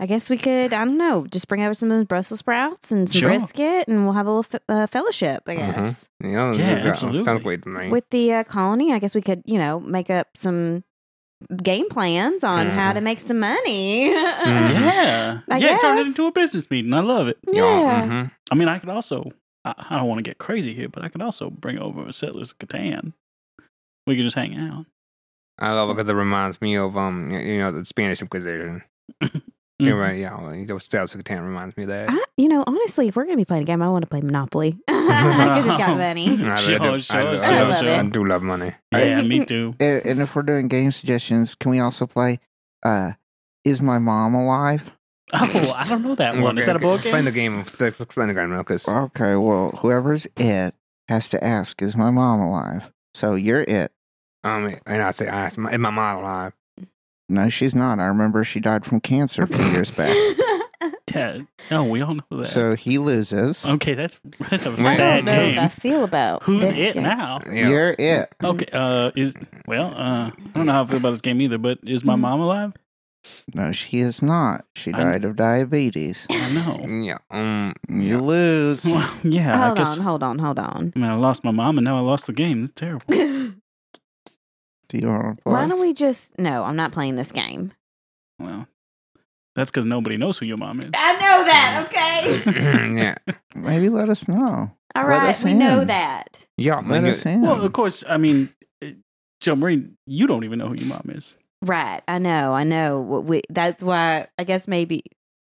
[SPEAKER 5] I guess we could, I don't know, just bring over some of those Brussels sprouts and some
[SPEAKER 1] Sure.
[SPEAKER 5] brisket and we'll have a little fe- uh, fellowship, I
[SPEAKER 3] Mhm.
[SPEAKER 5] guess.
[SPEAKER 3] You know, uh,
[SPEAKER 1] Yeah,
[SPEAKER 3] sounds-
[SPEAKER 1] absolutely.
[SPEAKER 3] Sounds great to me.
[SPEAKER 5] With the uh, colony, I guess we could, you know, make up some game plans on how
[SPEAKER 3] Mhm.
[SPEAKER 5] to make some money.
[SPEAKER 1] Mm-hmm. Yeah.
[SPEAKER 5] Mm-hmm. I
[SPEAKER 1] yeah, turn it
[SPEAKER 5] guess.
[SPEAKER 1] into a business meeting. I love it.
[SPEAKER 5] Yeah.
[SPEAKER 3] hmm
[SPEAKER 1] I mean, I could also, I, I don't want to get crazy here, but I could also bring over Settlers of Catan. We could just hang out.
[SPEAKER 3] I love it because it
[SPEAKER 1] Mm-hmm.
[SPEAKER 3] reminds me of um, you know, the Spanish Inquisition. You're
[SPEAKER 1] Mm-hmm.
[SPEAKER 3] right. Yeah, well, you know, South Catan reminds me of that.
[SPEAKER 5] I, you know, honestly, if we're going to be playing a game, I want to play Monopoly because it's got money.
[SPEAKER 3] I,
[SPEAKER 1] Sure,
[SPEAKER 3] do,
[SPEAKER 1] sure,
[SPEAKER 3] I, do-
[SPEAKER 1] sure,
[SPEAKER 3] I do-
[SPEAKER 5] sure.
[SPEAKER 3] I do love money.
[SPEAKER 1] Yeah, me too.
[SPEAKER 4] A- and if we're doing game suggestions, can we also play? uh Is my mom alive?
[SPEAKER 1] Oh, I don't know that one. Is that a board game?
[SPEAKER 3] Explain the game. Explain the game, Marcus.
[SPEAKER 4] Okay, well, whoever's it has to ask, "Is my mom alive?" So you're it.
[SPEAKER 3] Um, and I say, I asked my, in my model line.
[SPEAKER 4] No, she's not. I remember she died from cancer a few years back.
[SPEAKER 1] Yeah. No, we all know that.
[SPEAKER 4] So he loses.
[SPEAKER 1] okay, that's that's a
[SPEAKER 5] I
[SPEAKER 1] sad
[SPEAKER 5] don't know
[SPEAKER 1] game.
[SPEAKER 5] what I feel about
[SPEAKER 1] Who's
[SPEAKER 5] this
[SPEAKER 1] it
[SPEAKER 5] game.
[SPEAKER 1] now?
[SPEAKER 3] Yeah.
[SPEAKER 4] You're it.
[SPEAKER 1] Okay, uh, is well, uh, I don't know how I feel about this game either. But is my
[SPEAKER 5] Mm.
[SPEAKER 1] mom alive?
[SPEAKER 4] No, she is not. She
[SPEAKER 1] I'm-
[SPEAKER 4] died of diabetes.
[SPEAKER 1] I know.
[SPEAKER 3] Yeah. Um.
[SPEAKER 4] You
[SPEAKER 3] Yeah.
[SPEAKER 4] lose.
[SPEAKER 1] Well, yeah, I
[SPEAKER 5] Hold
[SPEAKER 1] guess.
[SPEAKER 5] on, hold on, hold on.
[SPEAKER 1] I mean, I lost my mom, and now I lost the game. That's terrible.
[SPEAKER 4] Do you want to play?
[SPEAKER 5] Why don't we just? No, I'm not playing this game.
[SPEAKER 1] Well, that's because nobody knows who your mom is.
[SPEAKER 5] I know that. Okay.
[SPEAKER 3] yeah.
[SPEAKER 4] Maybe let us know.
[SPEAKER 5] All
[SPEAKER 4] Let
[SPEAKER 5] right,
[SPEAKER 4] us
[SPEAKER 5] we know
[SPEAKER 4] in.
[SPEAKER 5] that.
[SPEAKER 3] Yeah.
[SPEAKER 4] Let
[SPEAKER 3] man,
[SPEAKER 4] us
[SPEAKER 5] Mm.
[SPEAKER 4] in.
[SPEAKER 1] Well, of course, I mean, uh, Joe Marine, you don't even know who your mom is.
[SPEAKER 5] Right, I know, I know. What We, that's why I guess maybe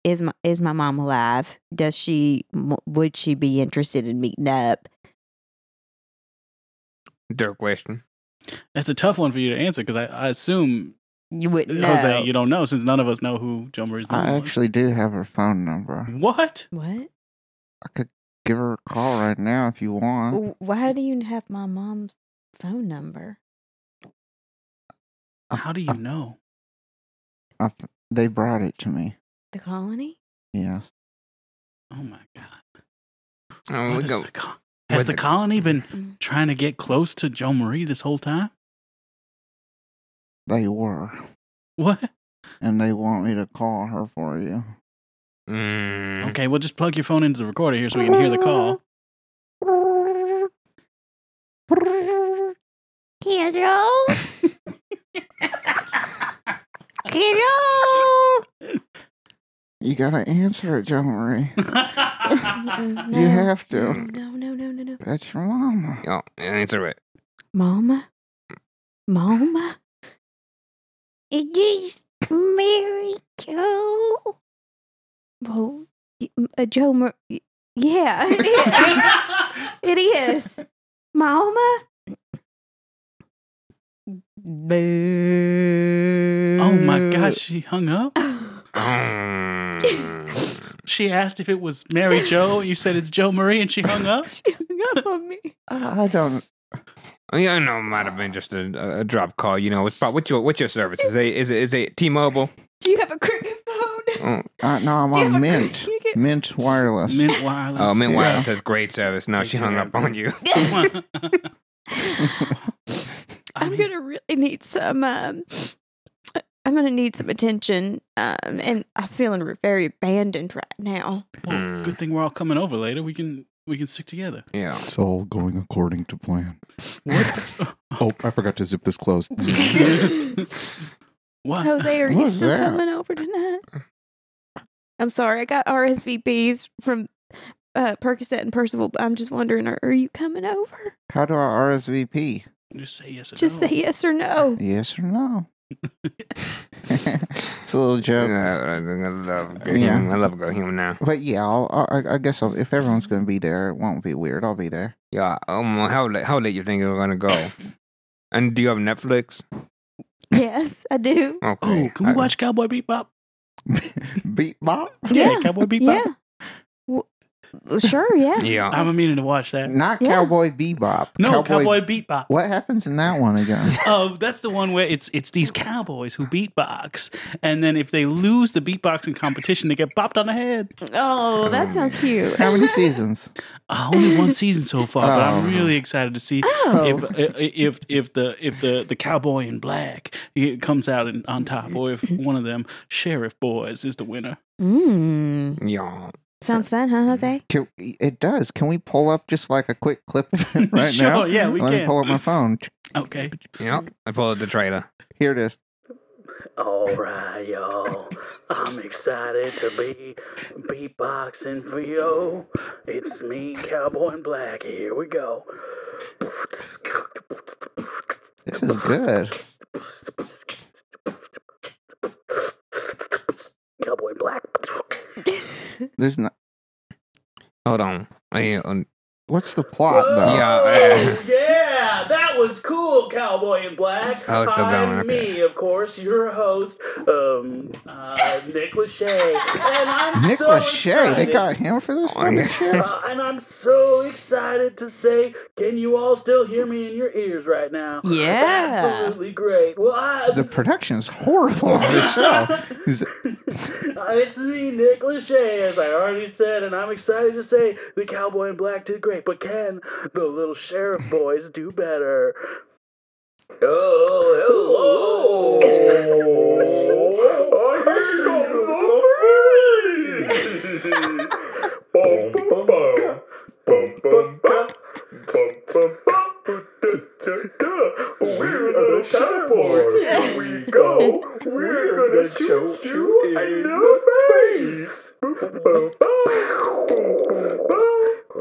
[SPEAKER 5] is my is my mom alive? Does she? m- Would she be interested in meeting up?
[SPEAKER 3] Dirk question.
[SPEAKER 1] That's a tough one for you to answer because I, I assume
[SPEAKER 5] You wouldn't know.
[SPEAKER 1] Jose, you don't know since none of us know who Joe Marie's mom
[SPEAKER 4] I
[SPEAKER 1] was.
[SPEAKER 4] actually do have her phone number.
[SPEAKER 1] What?
[SPEAKER 5] what?
[SPEAKER 4] I could give her a call right now if you want.
[SPEAKER 5] W- Why do you have my mom's phone number?
[SPEAKER 4] Uh,
[SPEAKER 1] How do you know?
[SPEAKER 4] I, they brought it to me.
[SPEAKER 5] The colony?
[SPEAKER 4] Yeah.
[SPEAKER 1] Oh my god!
[SPEAKER 3] Um,
[SPEAKER 1] What
[SPEAKER 3] we
[SPEAKER 1] is
[SPEAKER 3] go.
[SPEAKER 1] the co- has
[SPEAKER 3] with
[SPEAKER 1] the,
[SPEAKER 3] the-
[SPEAKER 1] colony been
[SPEAKER 4] Mm-hmm.
[SPEAKER 1] trying to get close to Joe Marie this whole time?
[SPEAKER 4] They were.
[SPEAKER 1] What?
[SPEAKER 3] Mm-hmm.
[SPEAKER 4] And they want me to call her for you.
[SPEAKER 3] Mm.
[SPEAKER 1] Okay, well, just plug your phone into the recorder here so we can hear the call.
[SPEAKER 8] Kiddo? Kiddo?
[SPEAKER 4] You gotta answer it, Joe Marie.
[SPEAKER 1] Oh
[SPEAKER 5] Mm-mm,
[SPEAKER 4] You
[SPEAKER 5] no. Mm.
[SPEAKER 4] have to.
[SPEAKER 5] No, no, no, no, no, no.
[SPEAKER 4] That's your mama.
[SPEAKER 3] Yeah. Answer it.
[SPEAKER 5] Mama? Mama?
[SPEAKER 8] Is this Mary Joe?
[SPEAKER 5] Well, y- m- uh, Joe Mur- y- Yeah, it is. it is. Mama?
[SPEAKER 1] Oh
[SPEAKER 4] Mm-hmm.
[SPEAKER 1] my god, she hung up.
[SPEAKER 3] Um,
[SPEAKER 1] She asked if it was Mary Joe. You said it's Joe Marie, and she hung up.
[SPEAKER 5] She hung up on me.
[SPEAKER 4] I don't.
[SPEAKER 3] yeah, I know it might have been just a, a drop call. You know, it's about what's your what's your service? Is it is it, is it T-Mobile?
[SPEAKER 5] Do you have a cricket phone?
[SPEAKER 3] Oh,
[SPEAKER 4] Uh, no, I'm
[SPEAKER 5] Do you
[SPEAKER 4] on
[SPEAKER 5] have a
[SPEAKER 4] Mint.
[SPEAKER 5] cricket?
[SPEAKER 4] Mint Wireless.
[SPEAKER 1] Mint wireless.
[SPEAKER 3] oh meanwhile,
[SPEAKER 4] Yeah.
[SPEAKER 3] it says great service. No, she hung up on you.
[SPEAKER 1] I
[SPEAKER 5] I'm
[SPEAKER 1] mean,
[SPEAKER 5] gonna really need some. Um, I'm gonna need some attention, um, and I'm feeling re- very abandoned right now.
[SPEAKER 1] well,
[SPEAKER 3] Mm.
[SPEAKER 1] good thing we're all coming over later. We can we can stick together.
[SPEAKER 3] Yeah.
[SPEAKER 6] It's all going according to plan. Oh, I forgot to zip this closed.
[SPEAKER 1] what?
[SPEAKER 5] Jose, are you
[SPEAKER 4] What's
[SPEAKER 5] still
[SPEAKER 4] that?
[SPEAKER 5] coming over tonight? I'm sorry, I got RSVPs from uh, Percocet and Percival. But I'm just wondering, are, are you coming over?
[SPEAKER 4] How do I RSVP?
[SPEAKER 1] Just say yes. Or
[SPEAKER 5] Just
[SPEAKER 1] no.
[SPEAKER 5] say yes or no.
[SPEAKER 4] Yes or no? it's a little joke.
[SPEAKER 3] Yeah, I love Go
[SPEAKER 4] Yeah.
[SPEAKER 3] Human. I love Go Human now.
[SPEAKER 4] But yeah, I'll, I, I guess I'll, if everyone's going to be there, it won't be weird. I'll be there.
[SPEAKER 3] Yeah. Um, how late? How late you think we're gonna go? And do you have Netflix?
[SPEAKER 5] yes, I do.
[SPEAKER 3] Okay.
[SPEAKER 1] Oh, can we
[SPEAKER 3] I-
[SPEAKER 1] watch Cowboy Bebop?
[SPEAKER 4] Beat bop?
[SPEAKER 5] Yeah,
[SPEAKER 1] Cowboy Bebop.
[SPEAKER 5] Yeah. W- sure. Yeah.
[SPEAKER 3] Yeah.
[SPEAKER 1] I've been meaning to watch that.
[SPEAKER 4] Not
[SPEAKER 5] Yeah.
[SPEAKER 4] Cowboy Bebop.
[SPEAKER 1] No, Cowboy, Beatbox.
[SPEAKER 4] What happens in that one again?
[SPEAKER 1] Oh, that's the one where it's it's these cowboys who beatbox, and then if they lose the beatboxing competition, they get bopped on the head.
[SPEAKER 5] Oh, that sounds cute.
[SPEAKER 4] How many seasons?
[SPEAKER 1] Uh, only one season so far, but I'm
[SPEAKER 4] Oh.
[SPEAKER 1] really excited to see
[SPEAKER 5] Oh.
[SPEAKER 1] if if if the if the the cowboy in black eh, comes out in, on top, or if one of them sheriff boys is the winner.
[SPEAKER 5] Mm.
[SPEAKER 3] Yeah.
[SPEAKER 5] Sounds fun, huh, Jose?
[SPEAKER 4] Can, it does. Can we pull up just like a quick clip of it right
[SPEAKER 1] sure,
[SPEAKER 4] now?
[SPEAKER 1] yeah, we
[SPEAKER 4] Let me
[SPEAKER 1] can.
[SPEAKER 4] pull up my phone.
[SPEAKER 1] Okay.
[SPEAKER 3] Yeah. I pulled the trailer.
[SPEAKER 4] Here it is.
[SPEAKER 9] All right, y'all. I'm excited to be beatboxing for you. It's me, Cowboy in Black. Here we go.
[SPEAKER 4] This is good.
[SPEAKER 9] Cowboy in Black.
[SPEAKER 4] There's not.
[SPEAKER 3] Hold on. I, um,
[SPEAKER 4] What's the plot though?
[SPEAKER 3] yeah.
[SPEAKER 9] Oh, yeah, that was cool, Cowboy in Black.
[SPEAKER 3] Oh, it's still
[SPEAKER 9] I'm
[SPEAKER 3] going, okay.
[SPEAKER 9] me, of course, your host, um, uh, Nick Lachey. And I'm
[SPEAKER 4] Nick
[SPEAKER 9] so
[SPEAKER 4] Lachey. They
[SPEAKER 9] excited.
[SPEAKER 4] got him for this
[SPEAKER 3] Oh, yeah.
[SPEAKER 4] fucking shit.
[SPEAKER 9] Uh, and I'm so excited to say, can you all still hear me in your ears right now?
[SPEAKER 5] Yeah.
[SPEAKER 9] Absolutely great. Well, I,
[SPEAKER 4] The production's horrible on the show. Is-
[SPEAKER 9] Uh, it's me, Nick Lachey, as I already said, and I'm excited to say the Cowboy in Black did great, but can the Little Sheriff Boys do better? Oh, hello! I hear you so free! Boom, boom, boom. Boom, boom, boom. Boom, boom, boom. Da, da, da. We're the Shadowboards. Here we go. We're gonna show you in the face. Boom, boom, boom. Boom, boom, boom.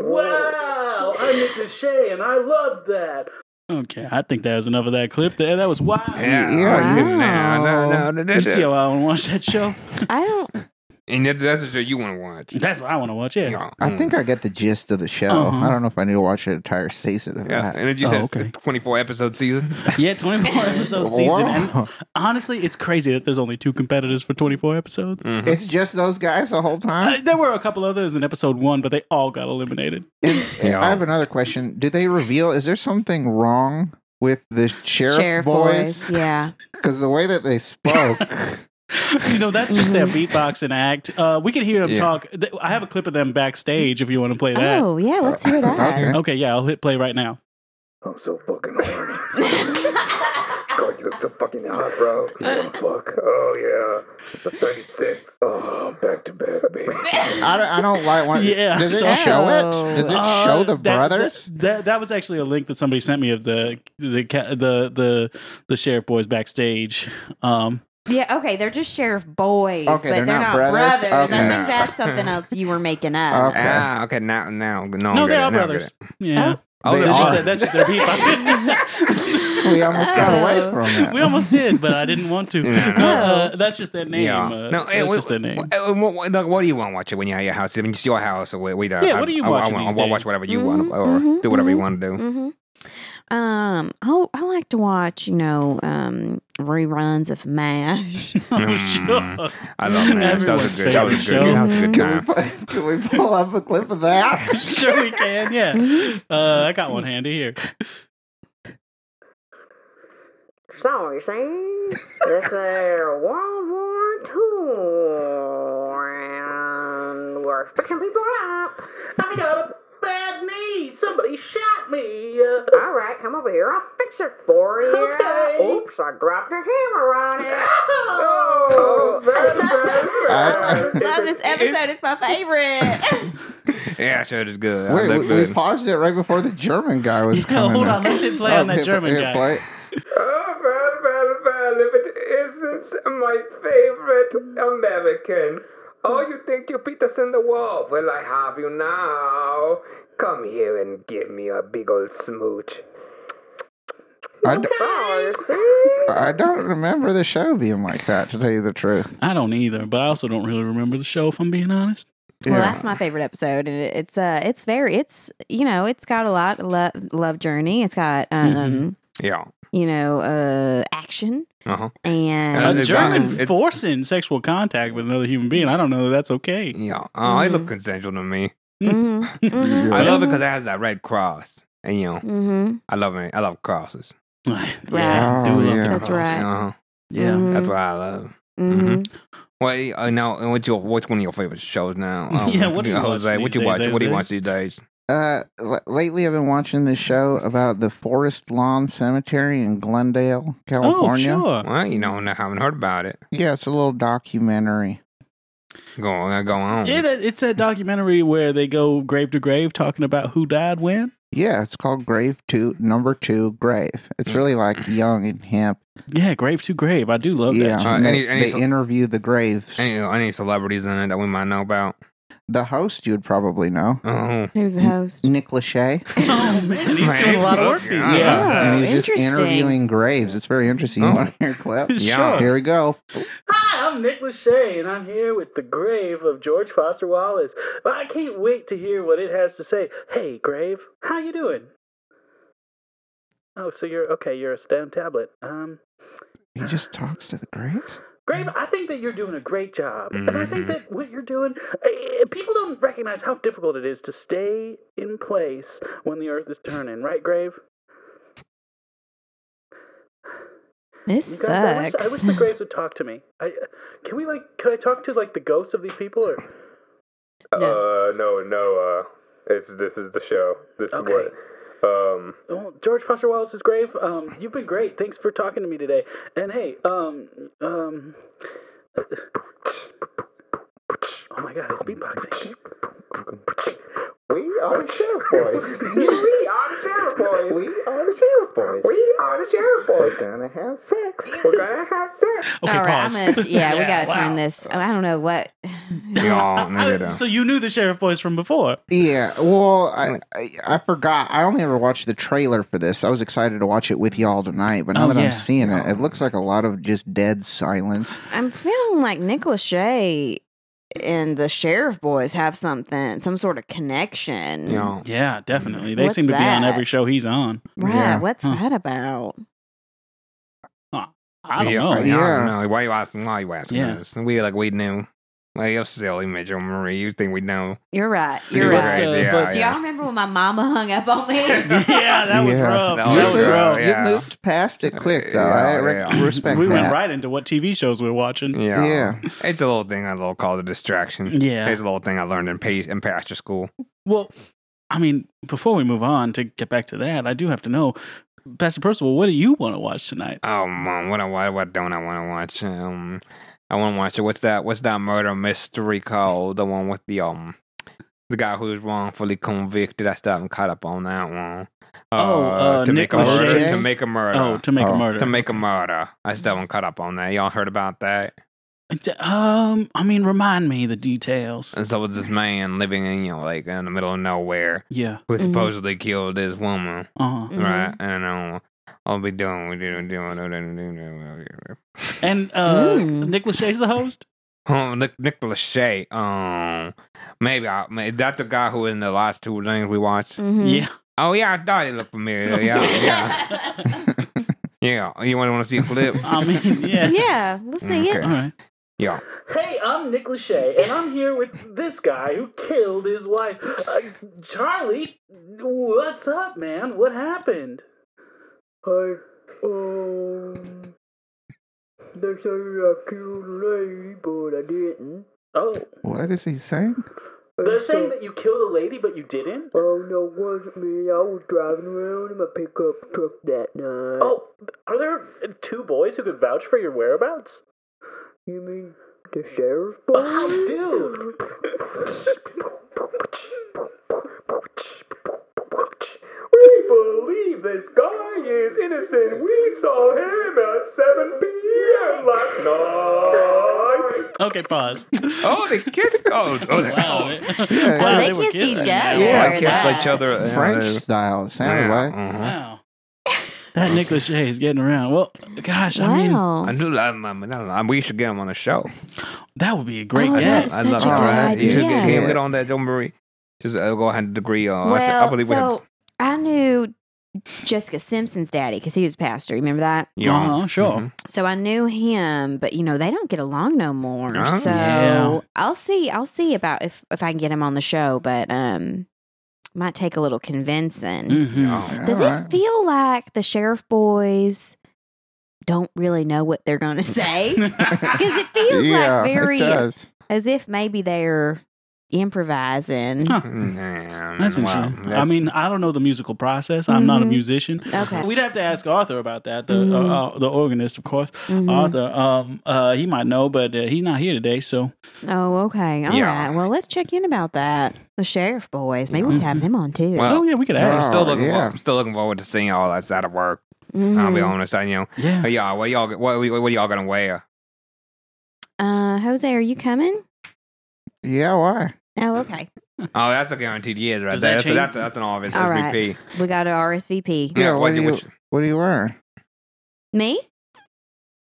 [SPEAKER 9] Wow! I'm Nick Lachey, and I love that.
[SPEAKER 1] Okay, I think that was enough of that clip there. That was wild.
[SPEAKER 3] Yeah.
[SPEAKER 4] Yeah.
[SPEAKER 3] you- no, no, no, no, no,
[SPEAKER 1] You see
[SPEAKER 3] no.
[SPEAKER 1] how I want to watch that show?
[SPEAKER 5] I don't.
[SPEAKER 3] And that's that's the show you want to watch. Mm.
[SPEAKER 1] That's what I want to watch. Yeah.
[SPEAKER 3] Yeah.
[SPEAKER 4] I think I get the gist of the show.
[SPEAKER 1] Uh-huh.
[SPEAKER 4] I don't know if I need to watch an entire season of
[SPEAKER 3] Yeah.
[SPEAKER 4] that.
[SPEAKER 3] And as you
[SPEAKER 1] Oh,
[SPEAKER 3] said,
[SPEAKER 1] okay.
[SPEAKER 3] twenty-four episode season.
[SPEAKER 1] Yeah, 24 episode season. And
[SPEAKER 4] Wow.
[SPEAKER 1] honestly, it's crazy that there's only two competitors for 24 episodes.
[SPEAKER 4] It's just those guys the whole time.
[SPEAKER 1] Mm-hmm. Uh, there were a couple others in episode one, but they all got eliminated.
[SPEAKER 4] And, and
[SPEAKER 3] Yeah.
[SPEAKER 4] I have another question. Do they reveal? Is there something wrong with the sheriff, boys?
[SPEAKER 5] Yeah.
[SPEAKER 4] Because the way that they spoke,
[SPEAKER 1] You know, that's just their beatboxing act. Uh, we can hear them
[SPEAKER 3] Yeah.
[SPEAKER 1] talk. Th- I have a clip of them backstage if you want to play that.
[SPEAKER 5] Oh, yeah. Let's hear that.
[SPEAKER 4] Okay.
[SPEAKER 1] Okay, yeah, I'll hit play right now.
[SPEAKER 9] I'm so fucking horny. God, you look so fucking hot, bro. You wanna fuck? Oh, yeah. 36. Oh, back to back, baby.
[SPEAKER 4] I don't, I don't like one.
[SPEAKER 1] Yeah,
[SPEAKER 4] Does it
[SPEAKER 1] so-
[SPEAKER 4] show it? Does it
[SPEAKER 1] Uh,
[SPEAKER 4] show the
[SPEAKER 1] that- that-
[SPEAKER 4] brothers?
[SPEAKER 1] That, that, was actually a link that somebody sent me of the the ca- the the, the sheriff boys backstage. Um,
[SPEAKER 5] yeah. Okay. They're just sheriff boys.
[SPEAKER 4] Okay,
[SPEAKER 5] but
[SPEAKER 4] they're
[SPEAKER 5] they're,
[SPEAKER 4] not
[SPEAKER 5] not,
[SPEAKER 4] brothers?
[SPEAKER 5] brothers. I
[SPEAKER 4] Okay.
[SPEAKER 5] think that's something else you were making up.
[SPEAKER 4] Okay.
[SPEAKER 3] Ah, okay. Now, now, no,
[SPEAKER 1] no,
[SPEAKER 3] I'm
[SPEAKER 1] they
[SPEAKER 3] good.
[SPEAKER 1] are
[SPEAKER 3] Now I'm
[SPEAKER 1] brothers.
[SPEAKER 3] good.
[SPEAKER 1] Yeah,
[SPEAKER 3] Oh,
[SPEAKER 4] They
[SPEAKER 3] they
[SPEAKER 1] It's just
[SPEAKER 4] are.
[SPEAKER 1] that-
[SPEAKER 3] are.
[SPEAKER 1] that's just their beatboxing.
[SPEAKER 4] we almost got away
[SPEAKER 5] Oh.
[SPEAKER 4] from that.
[SPEAKER 1] we almost did, but I didn't want to.
[SPEAKER 3] Yeah.
[SPEAKER 1] Uh, that's just their name.
[SPEAKER 3] Yeah.
[SPEAKER 1] Uh,
[SPEAKER 3] no,
[SPEAKER 1] that's
[SPEAKER 3] eh, what,
[SPEAKER 1] just their name.
[SPEAKER 3] What, eh, what, what- like, what do you want to watch it when you're at your house? I mean, it's your house, or we, we don't.
[SPEAKER 1] Yeah, what are you
[SPEAKER 3] I,
[SPEAKER 1] watching
[SPEAKER 3] I, I,
[SPEAKER 1] these
[SPEAKER 3] I watch
[SPEAKER 1] days?
[SPEAKER 3] whatever you want, to, or
[SPEAKER 5] Mhm,
[SPEAKER 3] do whatever you
[SPEAKER 5] mhm,
[SPEAKER 3] want to do.
[SPEAKER 5] Mm-hmm. Um, I I like to watch, you know, um, reruns of MASH.
[SPEAKER 1] Oh,
[SPEAKER 3] Mm.
[SPEAKER 1] sure.
[SPEAKER 3] I love that. That
[SPEAKER 1] Everyone's
[SPEAKER 3] was a good. That was a good.
[SPEAKER 1] favorite
[SPEAKER 3] That was a good
[SPEAKER 4] Can we,
[SPEAKER 3] time.
[SPEAKER 4] pu- can we pull up a clip of that?
[SPEAKER 1] sure we can. Yeah, uh, I got one handy here.
[SPEAKER 7] Sorry, Sam. This there one, one, two,
[SPEAKER 9] are. Fixing people up. I got a bad knee. Somebody shot me. Uh,
[SPEAKER 10] All right, come over here. I'll fix it for you.
[SPEAKER 9] Okay.
[SPEAKER 10] Oops, I dropped a hammer on it.
[SPEAKER 9] oh,
[SPEAKER 10] very, very,
[SPEAKER 4] I-
[SPEAKER 10] very
[SPEAKER 5] Love this episode. It's my favorite.
[SPEAKER 3] Yeah, sure, it's good. I
[SPEAKER 4] Wait,
[SPEAKER 3] look
[SPEAKER 4] we, we
[SPEAKER 3] good.
[SPEAKER 4] paused it right before the German guy was
[SPEAKER 1] Yeah,
[SPEAKER 4] coming.
[SPEAKER 1] hold
[SPEAKER 4] in.
[SPEAKER 1] on. Let's hit play
[SPEAKER 4] Oh,
[SPEAKER 1] on that
[SPEAKER 4] hit-
[SPEAKER 1] German
[SPEAKER 4] hit
[SPEAKER 1] guy.
[SPEAKER 4] play.
[SPEAKER 10] Oh, well, well, well, if it isn't my favorite American. Oh, you think you beat us in the war? Well, I have you now. Come here and give me a big old smooch.
[SPEAKER 4] I, d-
[SPEAKER 10] Oh, you see?
[SPEAKER 4] I don't remember the show being like that, to tell you the truth.
[SPEAKER 1] I don't either, but I also don't really remember the show if I'm being honest.
[SPEAKER 5] Well,
[SPEAKER 4] Yeah.
[SPEAKER 5] that's my favorite episode, and it, it's uh, it's very, it's you know, it's got a lot of love, love journey. It's got um,
[SPEAKER 3] Yeah.
[SPEAKER 4] Mm-hmm.
[SPEAKER 5] you know, uh, action
[SPEAKER 3] Uh-huh.
[SPEAKER 1] A Uh,
[SPEAKER 3] And
[SPEAKER 5] and
[SPEAKER 3] it's
[SPEAKER 1] German
[SPEAKER 3] not- it's-
[SPEAKER 1] forcing sexual contact with another human being. I don't know that that's okay.
[SPEAKER 3] Yeah. Oh,
[SPEAKER 5] Mm-hmm.
[SPEAKER 3] it looked consensual to me.
[SPEAKER 5] Mhm,
[SPEAKER 1] Mm-hmm.
[SPEAKER 5] mhm,
[SPEAKER 3] I love it
[SPEAKER 5] mhm,
[SPEAKER 3] because it has that red cross. And, you know,
[SPEAKER 5] mhm.
[SPEAKER 3] I love it. I love crosses.
[SPEAKER 1] yeah,
[SPEAKER 5] Right.
[SPEAKER 1] I do
[SPEAKER 4] Oh,
[SPEAKER 1] love
[SPEAKER 4] yeah.
[SPEAKER 1] the
[SPEAKER 5] That's
[SPEAKER 1] cross.
[SPEAKER 5] right.
[SPEAKER 3] Uh-huh.
[SPEAKER 1] Yeah.
[SPEAKER 5] Mhm,
[SPEAKER 3] That's what I love. Mm-hmm.
[SPEAKER 5] mhm.
[SPEAKER 3] Well, uh, now, and what's your what's one of your favorite shows now? Oh,
[SPEAKER 1] Yeah, what do you watch
[SPEAKER 3] Jose, what
[SPEAKER 1] these
[SPEAKER 3] you watch?
[SPEAKER 1] days,
[SPEAKER 3] What do you
[SPEAKER 1] Jose?
[SPEAKER 3] watch these days?
[SPEAKER 4] Uh, l- lately, I've been watching this show about the Forest Lawn Cemetery in
[SPEAKER 1] Oh,
[SPEAKER 4] Glendale, California.
[SPEAKER 1] sure.
[SPEAKER 3] Well, you know, I haven't heard about it.
[SPEAKER 4] Yeah, it's a little documentary.
[SPEAKER 3] Go on, go on.
[SPEAKER 1] It, it's that documentary where they go grave to grave talking about who died when.
[SPEAKER 4] Yeah, it's called Grave Two Number Two Grave.
[SPEAKER 3] Mm.
[SPEAKER 4] It's really like young and hip.
[SPEAKER 1] Yeah, grave to grave. I do love
[SPEAKER 4] Yeah,
[SPEAKER 1] that.
[SPEAKER 3] Uh,
[SPEAKER 4] and they,
[SPEAKER 3] any- any
[SPEAKER 4] they
[SPEAKER 3] so-
[SPEAKER 4] interview the graves.
[SPEAKER 3] Any, any celebrities in it that we might know about?
[SPEAKER 4] the host you would probably know,
[SPEAKER 3] Oh,
[SPEAKER 5] Who's the host?
[SPEAKER 4] Nick Lachey.
[SPEAKER 1] Oh man, he's
[SPEAKER 3] Man,
[SPEAKER 1] doing a lot of work
[SPEAKER 3] look,
[SPEAKER 1] these
[SPEAKER 3] yeah.
[SPEAKER 1] days.
[SPEAKER 3] Yeah.
[SPEAKER 4] and he's just
[SPEAKER 5] interesting.
[SPEAKER 4] interviewing graves. It's very interesting.
[SPEAKER 3] Oh.
[SPEAKER 4] You want to hear a clip?
[SPEAKER 3] Yeah.
[SPEAKER 4] Here we go.
[SPEAKER 9] Hi, I'm Nick Lachey, and I'm here with the grave of George Foster Wallace. I can't wait to hear what it has to say. Hey, grave, how you doing? Oh, so you're okay? You're a stone tablet. Um,
[SPEAKER 4] He just talks to the graves.
[SPEAKER 9] Grave, I think that you're doing a great job, and I
[SPEAKER 4] Mm-hmm.
[SPEAKER 9] think that what you're doing, eh, people don't recognize how difficult it is to stay in place when the Earth is turning, right, Grave?
[SPEAKER 5] This
[SPEAKER 9] You guys, I wish, I wish
[SPEAKER 5] sucks.
[SPEAKER 9] the graves would talk to me. I uh, can we like can I talk to like the ghosts of these people or?
[SPEAKER 5] No.
[SPEAKER 11] Uh, no, no. Uh, it's this is the show. This
[SPEAKER 9] Okay.
[SPEAKER 11] is what. Um,
[SPEAKER 9] Well, oh, George Foster Wallace's grave. Um, you've been great. Thanks for talking to me today. And hey, um, um. Oh my God, it's beatboxing.
[SPEAKER 11] we are the sheriff boys. we are the sheriff boys. We are the sheriff boys. We are the sheriff boys. We're gonna have sex. We're gonna have sex.
[SPEAKER 1] Okay,
[SPEAKER 5] All right,
[SPEAKER 1] pause.
[SPEAKER 5] I'm gonna, yeah, we
[SPEAKER 1] Yeah,
[SPEAKER 5] gotta turn
[SPEAKER 1] wow.
[SPEAKER 5] this. I don't know what.
[SPEAKER 3] we all
[SPEAKER 1] I-
[SPEAKER 3] Oh, nigga though.
[SPEAKER 1] so you knew the sheriff boys from before.
[SPEAKER 4] Yeah, well, I, I I forgot. I only ever watched the trailer for this. I was excited to watch it with y'all tonight, but now
[SPEAKER 1] Oh,
[SPEAKER 4] that
[SPEAKER 1] yeah.
[SPEAKER 4] I'm seeing it, it looks like a lot of just dead silence.
[SPEAKER 5] I'm feeling like Nick Lachey and the Sheriff Boys have something, some sort of connection.
[SPEAKER 3] You know,
[SPEAKER 1] Yeah, definitely. They
[SPEAKER 5] What's
[SPEAKER 1] seem to be on
[SPEAKER 5] that?
[SPEAKER 1] every show he's on.
[SPEAKER 5] Right?
[SPEAKER 4] Yeah.
[SPEAKER 5] What's
[SPEAKER 1] Huh.
[SPEAKER 5] that about?
[SPEAKER 1] I don't
[SPEAKER 3] yeah,
[SPEAKER 1] know.
[SPEAKER 4] yeah.
[SPEAKER 3] I don't know. Why you asking? Why you asking
[SPEAKER 1] Yeah.
[SPEAKER 3] us? We like we knew. Like you're silly, Mitchell Marie. You think we know?
[SPEAKER 5] You're right. You're
[SPEAKER 1] Yeah,
[SPEAKER 5] right.
[SPEAKER 1] but, uh,
[SPEAKER 3] Yeah,
[SPEAKER 1] but-
[SPEAKER 5] Do y'all
[SPEAKER 3] yeah.
[SPEAKER 5] remember when my mama hung up on me?
[SPEAKER 1] yeah, that was
[SPEAKER 4] Yeah.
[SPEAKER 1] rough.
[SPEAKER 3] That
[SPEAKER 1] That
[SPEAKER 3] was
[SPEAKER 1] was
[SPEAKER 4] you,
[SPEAKER 3] rough.
[SPEAKER 1] rough.
[SPEAKER 4] you
[SPEAKER 3] yeah.
[SPEAKER 4] moved past it quick, though. I
[SPEAKER 3] Yeah,
[SPEAKER 4] re-
[SPEAKER 3] yeah.
[SPEAKER 4] respect
[SPEAKER 1] We
[SPEAKER 4] that.
[SPEAKER 1] went right into what TV shows we are watching.
[SPEAKER 3] Yeah.
[SPEAKER 4] Yeah.
[SPEAKER 3] It's a little thing I little called a distraction.
[SPEAKER 1] Yeah.
[SPEAKER 3] It's a little thing I learned in, pa- in pastor school.
[SPEAKER 1] Well, I mean, before we move on to get back to that, I do have to know, Pastor Percival, what do you want to watch tonight?
[SPEAKER 3] Oh man, what I what, what don't I want to watch? Um, I want to watch it. What's that? What's that murder mystery called? The one with the um, the guy who was wrongfully convicted. I still haven't caught up on that one.
[SPEAKER 1] Oh, uh,
[SPEAKER 3] to
[SPEAKER 1] Nick
[SPEAKER 3] make a murder.
[SPEAKER 4] Lachey's-
[SPEAKER 3] To make a murder.
[SPEAKER 1] Oh, to make a
[SPEAKER 4] Oh.
[SPEAKER 1] murder.
[SPEAKER 3] Uh, to make a murder. I still haven't caught up on that. Y'all heard about that?
[SPEAKER 1] Um, I mean, remind me the details.
[SPEAKER 3] And so was this man living in you know like in the middle of nowhere
[SPEAKER 1] Yeah.
[SPEAKER 3] who
[SPEAKER 5] Mhm.
[SPEAKER 3] supposedly killed this woman,
[SPEAKER 1] Uh
[SPEAKER 5] Mm. Mm-hmm.
[SPEAKER 1] huh.
[SPEAKER 3] right? And um, I'll be doing we do doing
[SPEAKER 1] And uh,
[SPEAKER 5] Mm.
[SPEAKER 1] Nick Lachey's the host.
[SPEAKER 3] Oh, Nick, Nick Lachey. Um, maybe I may is that the guy who was in the last two things we watched.
[SPEAKER 5] Mhm.
[SPEAKER 1] Yeah.
[SPEAKER 3] Oh yeah, I thought he looked familiar. Yeah, yeah, yeah. You want to want to see a clip?
[SPEAKER 1] I mean, yeah.
[SPEAKER 5] yeah, we'll see
[SPEAKER 3] Okay.
[SPEAKER 1] All
[SPEAKER 5] it.
[SPEAKER 1] right.
[SPEAKER 3] Yeah.
[SPEAKER 9] Hey, I'm Nick Lachey, and I'm here with this guy who killed his wife. Uh, Charlie, what's up, man? What happened? I, um, they say I killed a lady, but I didn't. Oh,
[SPEAKER 4] What is he saying?
[SPEAKER 10] Uh,
[SPEAKER 9] They're saying that you killed a lady, but you didn't?
[SPEAKER 12] Oh no, it wasn't me. I was driving around in my pickup truck that night.
[SPEAKER 9] Oh, are there two boys who could vouch for your whereabouts?
[SPEAKER 12] You mean the sheriff?
[SPEAKER 9] Oh, dude!
[SPEAKER 10] We believe this guy is innocent. We saw him at 7 p.m. last night.
[SPEAKER 1] Okay, pause.
[SPEAKER 7] Oh, they kissed. Oh, oh, they-
[SPEAKER 1] Wow,
[SPEAKER 7] oh.
[SPEAKER 1] they,
[SPEAKER 4] Well,
[SPEAKER 5] they kissed each
[SPEAKER 1] kissing now.
[SPEAKER 5] other.
[SPEAKER 4] Yeah,
[SPEAKER 7] I kissed each other. uh,
[SPEAKER 4] French
[SPEAKER 7] uh,
[SPEAKER 4] style, it sounded like.
[SPEAKER 3] uh-huh.
[SPEAKER 7] mhm.
[SPEAKER 1] Wow. That Nick Lachey is getting around. Well, gosh, I mean,
[SPEAKER 5] wow.
[SPEAKER 7] I do. I'm, I'm, I don't know. We should get him on the show.
[SPEAKER 1] that would be a great
[SPEAKER 5] Oh,
[SPEAKER 1] guess.
[SPEAKER 5] that's
[SPEAKER 7] I
[SPEAKER 5] such
[SPEAKER 7] love
[SPEAKER 5] a
[SPEAKER 7] it.
[SPEAKER 4] good
[SPEAKER 7] You should get
[SPEAKER 4] idea.
[SPEAKER 7] him. Get on that, Joe Marie. Just uh, go ahead and degree. Uh, I, th- I
[SPEAKER 5] well,
[SPEAKER 7] believe we have.
[SPEAKER 5] so I knew Jessica Simpson's daddy because he was a pastor. Remember that?
[SPEAKER 7] You know,
[SPEAKER 1] Uh-huh, sure.
[SPEAKER 7] mhm.
[SPEAKER 5] So I knew him, but you know they don't get along no more.
[SPEAKER 7] Oh.
[SPEAKER 5] So
[SPEAKER 1] Yeah.
[SPEAKER 5] I'll see. I'll see about if if I can get him on the show, but um, might take a little convincing.
[SPEAKER 1] Mhm.
[SPEAKER 7] Oh.
[SPEAKER 5] Does
[SPEAKER 4] Alright.
[SPEAKER 5] it feel like the sheriff boys don't really know what they're going to say? Because it feels
[SPEAKER 4] yeah,
[SPEAKER 5] like very
[SPEAKER 4] it does.
[SPEAKER 5] as if maybe they're improvising.
[SPEAKER 1] Huh.
[SPEAKER 7] Mm,
[SPEAKER 1] That's
[SPEAKER 7] wow,
[SPEAKER 1] interesting. I
[SPEAKER 7] that's-
[SPEAKER 1] mean, I don't know the musical process. I'm not a
[SPEAKER 5] Mhm.
[SPEAKER 1] musician.
[SPEAKER 5] Okay.
[SPEAKER 1] We'd have to ask Arthur about that. The
[SPEAKER 5] Mhm.
[SPEAKER 1] uh, uh, the organist, of course.
[SPEAKER 5] Mhm.
[SPEAKER 1] Arthur, um, uh, he might know, but uh, he's not here today. So
[SPEAKER 5] Oh, okay. All right.
[SPEAKER 7] Yeah.
[SPEAKER 5] Well, let's check in about that. The sheriff boys. Maybe we
[SPEAKER 1] Yeah.
[SPEAKER 5] could have them on too.
[SPEAKER 7] Well,
[SPEAKER 1] oh yeah, we could ask.
[SPEAKER 7] I'm still looking.
[SPEAKER 4] yeah.
[SPEAKER 7] For, I'm still looking forward to seeing all that side of work. I'll be
[SPEAKER 1] Hmm.
[SPEAKER 5] Mhm.
[SPEAKER 7] honest. I you know.
[SPEAKER 1] Yeah.
[SPEAKER 7] Hey, y'all, what y'all, what, what, what y'all gonna wear?
[SPEAKER 5] Uh, Jose, are you coming?
[SPEAKER 4] Yeah, why?
[SPEAKER 5] Oh, okay.
[SPEAKER 7] Oh, that's a guaranteed yes right
[SPEAKER 1] Does
[SPEAKER 7] there.
[SPEAKER 1] that
[SPEAKER 7] That's, that's,
[SPEAKER 1] change?
[SPEAKER 7] that's an obvious
[SPEAKER 5] All right.
[SPEAKER 7] SVP.
[SPEAKER 5] We got an RSVP.
[SPEAKER 4] Yeah, what
[SPEAKER 7] what-
[SPEAKER 4] do you-
[SPEAKER 7] which-
[SPEAKER 4] What do you wear?
[SPEAKER 5] Me?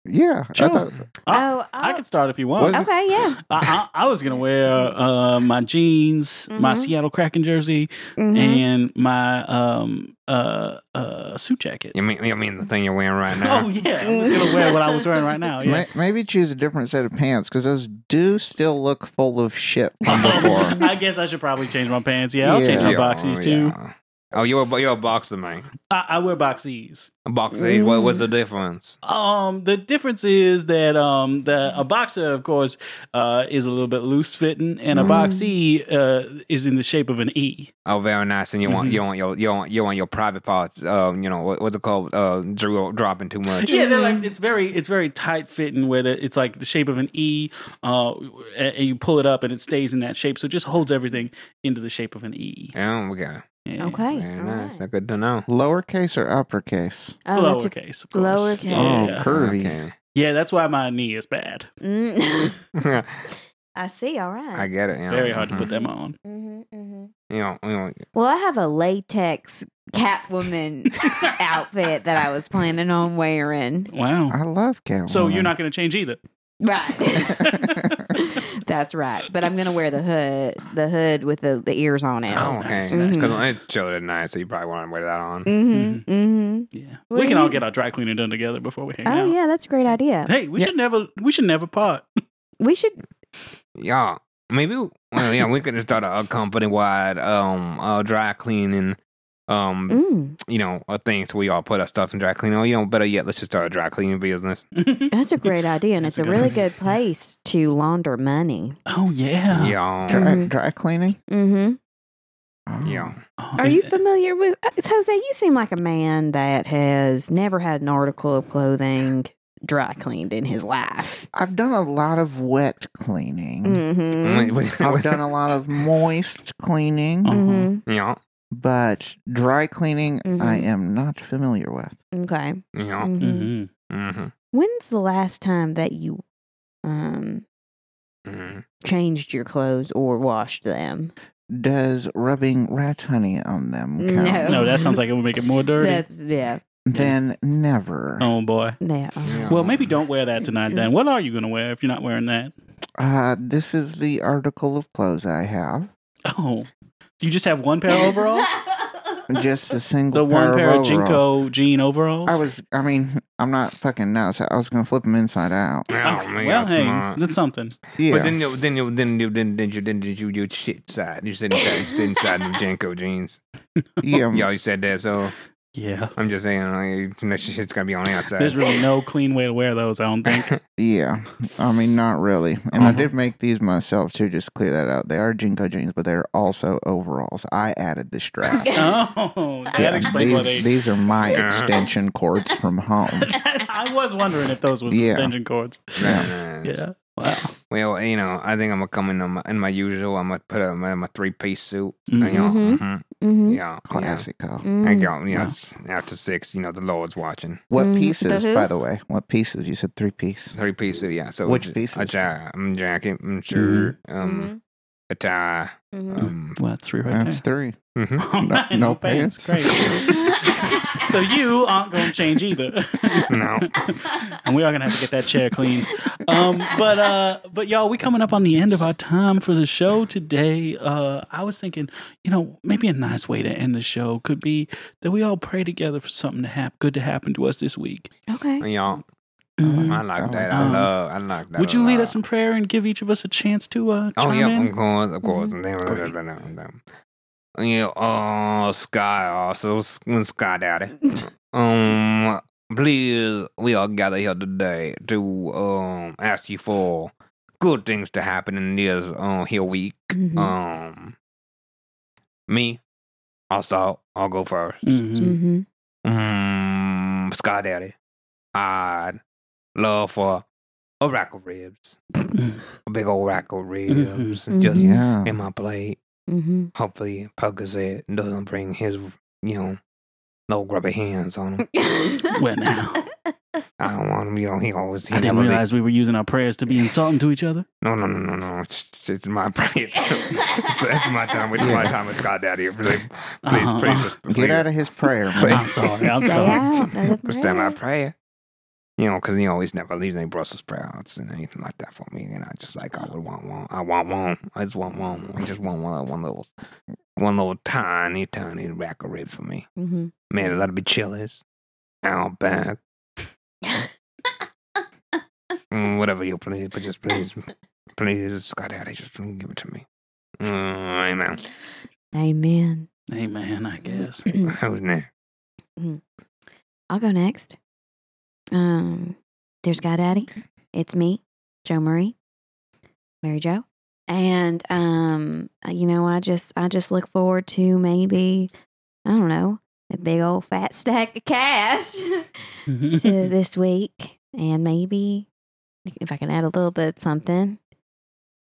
[SPEAKER 4] Yeah,
[SPEAKER 1] Sure.
[SPEAKER 4] I thought
[SPEAKER 1] I,
[SPEAKER 5] oh,
[SPEAKER 1] Ah, I
[SPEAKER 5] oh,
[SPEAKER 1] could start if you want.
[SPEAKER 4] Was-
[SPEAKER 5] okay. Yeah.
[SPEAKER 1] I, I, I was gonna wear uh, my jeans, my
[SPEAKER 5] Mhm.
[SPEAKER 1] Seattle Kraken jersey,
[SPEAKER 5] Mhm.
[SPEAKER 1] and my um uh uh suit jacket.
[SPEAKER 7] You mean you mean the thing you're wearing right now?
[SPEAKER 1] Oh yeah, I was gonna wear what I was wearing right now. Oh, Yeah.
[SPEAKER 4] ma- maybe choose a different set of pants because those do still look full of shit from before.
[SPEAKER 1] Um, I guess I should probably change my pants. Yeah, I'll change my
[SPEAKER 7] Yeah, Oh,
[SPEAKER 1] boxies too.
[SPEAKER 7] yeah. Oh, you're a, you're a boxer, man.
[SPEAKER 1] I, I wear boxies.
[SPEAKER 7] Boxies. What, what's
[SPEAKER 1] Mm.
[SPEAKER 7] the difference?
[SPEAKER 1] Um, the difference is that um, the a boxer, of course, uh, is a little bit loose fitting, and a boxy uh, is in the shape of an E.
[SPEAKER 7] Oh, very nice. And you
[SPEAKER 1] Mm-hmm.
[SPEAKER 7] want you want your you want you want your private parts. Um, you know what, what's it called? Uh, dro- dropping too much.
[SPEAKER 1] Yeah, they're like it's very it's very tight fitting where the, it's like the shape of an E, uh, and, and you pull it up and it stays in that shape, so it just holds everything into the shape of an E.
[SPEAKER 7] Yeah, okay.
[SPEAKER 1] Yeah.
[SPEAKER 5] Okay.
[SPEAKER 7] Very
[SPEAKER 5] all
[SPEAKER 7] nice.
[SPEAKER 5] right.
[SPEAKER 7] That's good to know.
[SPEAKER 4] Lowercase or uppercase?
[SPEAKER 5] Oh, that's a-
[SPEAKER 1] lowercase. of course.
[SPEAKER 5] lowercase.
[SPEAKER 1] Yeah.
[SPEAKER 4] Oh, curvy.
[SPEAKER 7] Okay.
[SPEAKER 1] Yeah, that's why my knee is bad.
[SPEAKER 5] Mm.
[SPEAKER 7] I
[SPEAKER 5] I see. All right.
[SPEAKER 7] get it. Yeah.
[SPEAKER 1] Very hard to
[SPEAKER 7] Mhm.
[SPEAKER 1] put them on.
[SPEAKER 5] hmm hmm
[SPEAKER 7] You know, you know,
[SPEAKER 5] Well, I have a latex Catwoman outfit that I was planning on wearing.
[SPEAKER 1] Wow.
[SPEAKER 4] I love Catwoman.
[SPEAKER 1] So you're not going to change either.
[SPEAKER 5] Right. That's right. But I'm gonna wear the hood, the hood with the, the ears on it.
[SPEAKER 7] Oh, okay.
[SPEAKER 1] nice,
[SPEAKER 5] nice,
[SPEAKER 7] Because
[SPEAKER 1] nice.
[SPEAKER 7] it's chilly tonight, so you probably want to wear that on.
[SPEAKER 5] Mm-hmm. Mm-hmm.
[SPEAKER 1] Yeah.
[SPEAKER 5] What
[SPEAKER 1] we
[SPEAKER 5] do
[SPEAKER 1] can
[SPEAKER 5] you
[SPEAKER 1] all
[SPEAKER 5] mean?
[SPEAKER 1] get our dry cleaning done together before we hang out.
[SPEAKER 5] Oh yeah, that's a great idea.
[SPEAKER 1] Hey, we
[SPEAKER 4] Yeah.
[SPEAKER 1] should never we should never part.
[SPEAKER 5] We should.
[SPEAKER 7] Yeah, maybe. Well, yeah, we could just start a, a company-wide um uh, dry cleaning. Um,
[SPEAKER 5] Mm,
[SPEAKER 7] you know, a thing so we all put our stuff in dry cleaning. Or, you know, better yet, let's just start a dry cleaning business.
[SPEAKER 5] that's a great idea, and
[SPEAKER 1] That's
[SPEAKER 5] it's
[SPEAKER 1] a
[SPEAKER 5] a
[SPEAKER 1] good
[SPEAKER 5] really
[SPEAKER 1] idea.
[SPEAKER 5] good place to launder money.
[SPEAKER 1] Oh yeah.
[SPEAKER 7] Yeah.
[SPEAKER 4] dry,
[SPEAKER 5] Mhm.
[SPEAKER 4] dry cleaning.
[SPEAKER 5] Mm-hmm.
[SPEAKER 4] Oh.
[SPEAKER 7] Yeah.
[SPEAKER 1] Oh,
[SPEAKER 5] Are
[SPEAKER 1] is
[SPEAKER 5] you
[SPEAKER 1] that-
[SPEAKER 5] familiar with uh, Jose? You seem like a man that has never had an article of clothing dry cleaned in his life.
[SPEAKER 4] I've done a lot of wet cleaning.
[SPEAKER 5] Mm-hmm.
[SPEAKER 1] Mm.
[SPEAKER 7] Wait, wait,
[SPEAKER 4] I've
[SPEAKER 7] wait.
[SPEAKER 4] done a lot of moist cleaning,
[SPEAKER 1] Uh-huh.
[SPEAKER 5] Mm-hmm.
[SPEAKER 7] Yeah.
[SPEAKER 4] but dry cleaning
[SPEAKER 5] Mhm.
[SPEAKER 4] I am not familiar with.
[SPEAKER 5] Okay.
[SPEAKER 7] Yeah.
[SPEAKER 5] Mm-hmm.
[SPEAKER 1] Mhm.
[SPEAKER 7] Mm-hmm.
[SPEAKER 5] When's the last time that you um
[SPEAKER 7] hmm
[SPEAKER 5] changed your clothes or washed them?
[SPEAKER 4] Does rubbing rat honey on them count?
[SPEAKER 5] No.
[SPEAKER 1] No, that sounds like it would make it more dirty.
[SPEAKER 5] That's yeah.
[SPEAKER 4] Then never.
[SPEAKER 1] oh boy.
[SPEAKER 5] Yeah.
[SPEAKER 7] Yeah.
[SPEAKER 1] Well, maybe don't wear that tonight then. What are you going to wear if you're not wearing that?
[SPEAKER 4] Uh, this is the article of clothes I have.
[SPEAKER 1] Oh. You just have one pair of overalls?
[SPEAKER 4] Just the single
[SPEAKER 1] the one pair of
[SPEAKER 4] overalls.
[SPEAKER 1] Jinko jean overalls?
[SPEAKER 4] I was. I mean, I'm not fucking nuts. I was gonna flip them inside out.
[SPEAKER 7] Yeah,
[SPEAKER 1] Okay,
[SPEAKER 7] oh, man,
[SPEAKER 1] Oh, well,
[SPEAKER 7] that's
[SPEAKER 1] hey,
[SPEAKER 7] smart.
[SPEAKER 1] that's something.
[SPEAKER 4] Yeah.
[SPEAKER 7] But then you, then you, then you, then, then you, then you, you shit side. You said inside, you said inside the Janko jeans.
[SPEAKER 1] Mm.
[SPEAKER 4] yeah.
[SPEAKER 7] Yeah, you said that. So
[SPEAKER 1] Yeah.
[SPEAKER 3] I'm just saying, like, it's- that shit's gonna be on the outside.
[SPEAKER 1] There's really no clean way to wear those, I don't think.
[SPEAKER 4] Yeah, I mean, not really. And
[SPEAKER 1] Uh-huh.
[SPEAKER 4] I
[SPEAKER 3] Mm-hmm.
[SPEAKER 4] did make these myself too, just to clear that out. They are Jinko jeans, but they're also overalls. I added the strap.
[SPEAKER 1] oh, that
[SPEAKER 4] Yeah,
[SPEAKER 1] explains
[SPEAKER 4] these,
[SPEAKER 1] why they.
[SPEAKER 4] these are my
[SPEAKER 3] Yeah.
[SPEAKER 4] extension cords from home.
[SPEAKER 1] I was wondering if those were
[SPEAKER 4] Yeah.
[SPEAKER 1] suspension cords.
[SPEAKER 3] Yeah.
[SPEAKER 1] Yeah. Wow.
[SPEAKER 3] Well, you know, I think I'm gonna come in on my, in my usual. I'm gonna put on my, my three piece suit. You know,
[SPEAKER 5] Mhm.
[SPEAKER 3] mhm,
[SPEAKER 5] Mm-hmm.
[SPEAKER 3] yeah,
[SPEAKER 4] Classico.
[SPEAKER 3] Yeah.
[SPEAKER 5] Mm.
[SPEAKER 1] Mm-hmm.
[SPEAKER 3] And go, you know, it's after six, you know, the Lord's watching.
[SPEAKER 4] What
[SPEAKER 5] Mm,
[SPEAKER 4] pieces,
[SPEAKER 5] the who?
[SPEAKER 4] by the way? What pieces? You said three piece.
[SPEAKER 3] Three piece suit, yeah. So
[SPEAKER 4] Which
[SPEAKER 3] j- a
[SPEAKER 4] pieces?
[SPEAKER 3] ja- um, jacket,
[SPEAKER 1] Mm-hmm.
[SPEAKER 3] mm, shirt, um, a tie.
[SPEAKER 5] Mhm.
[SPEAKER 7] Mm-hmm.
[SPEAKER 3] Um,
[SPEAKER 1] Well, that's three right
[SPEAKER 4] That's three.
[SPEAKER 3] mhm.
[SPEAKER 1] there.
[SPEAKER 4] no-
[SPEAKER 1] And
[SPEAKER 4] no pants.
[SPEAKER 1] Great. so you uh, aren't going to change either.
[SPEAKER 3] No.
[SPEAKER 1] and we are going to have to get that chair clean. Um, but uh, but y'all, we coming up on the end of our time for the show today. Uh, I was thinking, you know, maybe a nice way to end the show could be that we all pray together for something to happen, good to happen to us this week.
[SPEAKER 5] Okay.
[SPEAKER 3] You know, I
[SPEAKER 4] Oh,
[SPEAKER 3] like that. I
[SPEAKER 1] Um,
[SPEAKER 3] love. I like that.
[SPEAKER 1] Would
[SPEAKER 3] a
[SPEAKER 1] you lead
[SPEAKER 3] lot.
[SPEAKER 1] us in prayer and give each of us a chance to uh,
[SPEAKER 3] Oh
[SPEAKER 1] chime
[SPEAKER 3] yeah,
[SPEAKER 1] in? Mm-hmm.
[SPEAKER 3] of course, of course. And then,
[SPEAKER 1] Great.
[SPEAKER 3] Yeah, uh, Sky, also Sky Daddy. um, please, we all gather here today to um ask you for good things to happen in this um here week.
[SPEAKER 5] Mhm.
[SPEAKER 3] Um, me, also, I'll go first.
[SPEAKER 1] Mhm.
[SPEAKER 5] Mm-hmm.
[SPEAKER 3] Mm, Sky Daddy, I'd love for a rack of ribs,
[SPEAKER 1] Mhm.
[SPEAKER 3] a big old rack of ribs,
[SPEAKER 1] Mhm.
[SPEAKER 3] just
[SPEAKER 4] Yeah.
[SPEAKER 3] in my plate.
[SPEAKER 5] Mm-hmm.
[SPEAKER 3] Hopefully, Percocet doesn't bring his, you know, no grubby hands on him.
[SPEAKER 1] Well, now.
[SPEAKER 3] I don't want him, you know, he always, he
[SPEAKER 1] I didn't
[SPEAKER 3] never be-
[SPEAKER 1] realize we were using our prayers to be insulting to each other.
[SPEAKER 3] No, no, no, no, no. It's, it's my plate. That's my time. It's my
[SPEAKER 4] Yeah.
[SPEAKER 3] time with God Daddy. Please, please,
[SPEAKER 1] Uh-huh.
[SPEAKER 3] please, please.
[SPEAKER 4] Get out of his prayer,
[SPEAKER 1] I'm
[SPEAKER 4] man.
[SPEAKER 1] sorry. I'm
[SPEAKER 5] Stay
[SPEAKER 1] sorry.
[SPEAKER 5] out of the
[SPEAKER 3] It's that my
[SPEAKER 5] prayer.
[SPEAKER 3] prayer. You know, because he always never leaves any Brussels sprouts and anything like that for me. And I just like, I would want one. I want one. I just want one. I just want one, one little, one little tiny, tiny rack of ribs for me.
[SPEAKER 5] Mhm.
[SPEAKER 3] Man,
[SPEAKER 1] Mm.
[SPEAKER 3] a lot of chillers. Out back. Mm, whatever you please, but just please, please, Scott Daddy, just give it to me. Mm, amen.
[SPEAKER 5] Amen.
[SPEAKER 1] Hey, man, I guess.
[SPEAKER 3] Who's next?
[SPEAKER 5] I'll go next. Um, there's Guy Daddy. It's me, Joe Marie, Mary Joe, and um, you know, I just I just look forward to maybe I don't know a big old fat stack of cash to this week, and maybe if I can add a little bit something.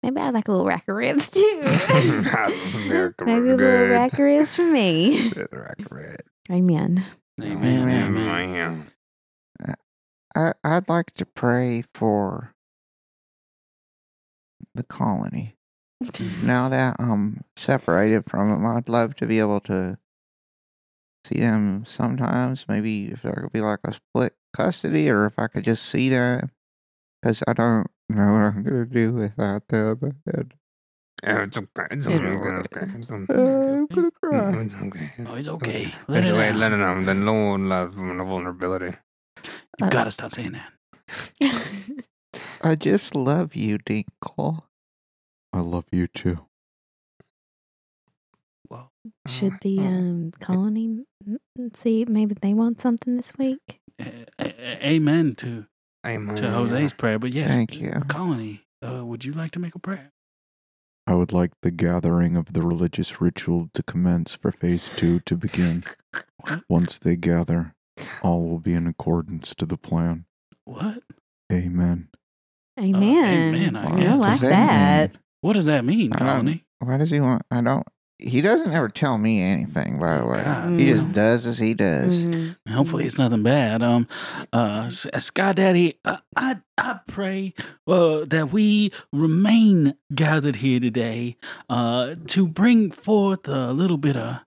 [SPEAKER 5] Maybe I'd like a little rack of ribs too.
[SPEAKER 3] Rack of
[SPEAKER 5] Maybe a little
[SPEAKER 3] ribs.
[SPEAKER 5] rack of ribs for me.
[SPEAKER 3] Red, rack, red. Mm,
[SPEAKER 5] Amen.
[SPEAKER 1] Amen. Amen.
[SPEAKER 3] Amen.
[SPEAKER 4] I, I'd like to pray for the colony. now that I'm separated from them, I'd love to be able to see them sometimes. Maybe if there could be like a split custody, or if I could just see them, because I don't know what I'm gonna do without them. And,
[SPEAKER 3] Oh, It's okay. It's okay. It's okay. It's okay. Mm,
[SPEAKER 4] uh, I'm gonna cry.
[SPEAKER 3] It's okay.
[SPEAKER 1] Oh, it's okay. Let
[SPEAKER 3] It's
[SPEAKER 1] it
[SPEAKER 3] okay.
[SPEAKER 1] out.
[SPEAKER 3] Let it out. The Lord loves the vulnerability.
[SPEAKER 1] You gotta stop saying that.
[SPEAKER 4] I just love you, Dinkle.
[SPEAKER 6] I love you too.
[SPEAKER 1] Whoa.
[SPEAKER 5] Should
[SPEAKER 1] Mm-hmm.
[SPEAKER 5] the um, colony m- m- see maybe they want something this week?
[SPEAKER 1] A- a- amen to,
[SPEAKER 3] Amen.
[SPEAKER 7] Mm,
[SPEAKER 1] to Jose's prayer. But yes,
[SPEAKER 4] Thank you.
[SPEAKER 1] Colony, uh, would you like to make a prayer?
[SPEAKER 6] I would like the gathering of the religious ritual to commence for phase two to begin.
[SPEAKER 1] What?
[SPEAKER 6] Once they gather, all will be in accordance to the plan.
[SPEAKER 1] What?
[SPEAKER 6] Amen.
[SPEAKER 1] Uh,
[SPEAKER 5] Amen.
[SPEAKER 1] amen, I
[SPEAKER 4] Wow.
[SPEAKER 1] guess.
[SPEAKER 5] I like
[SPEAKER 4] Does that
[SPEAKER 5] that.
[SPEAKER 1] What does that mean,
[SPEAKER 4] I don't-
[SPEAKER 1] Colony?
[SPEAKER 4] Why does he want? I don't. He doesn't ever tell me anything. By the way,
[SPEAKER 1] God.
[SPEAKER 4] he just does as he does.
[SPEAKER 5] Mhm.
[SPEAKER 1] Hopefully, it's nothing bad. Um, uh, S- Sky Daddy, uh, I I pray uh, that we remain gathered here today uh, to bring forth a little bit of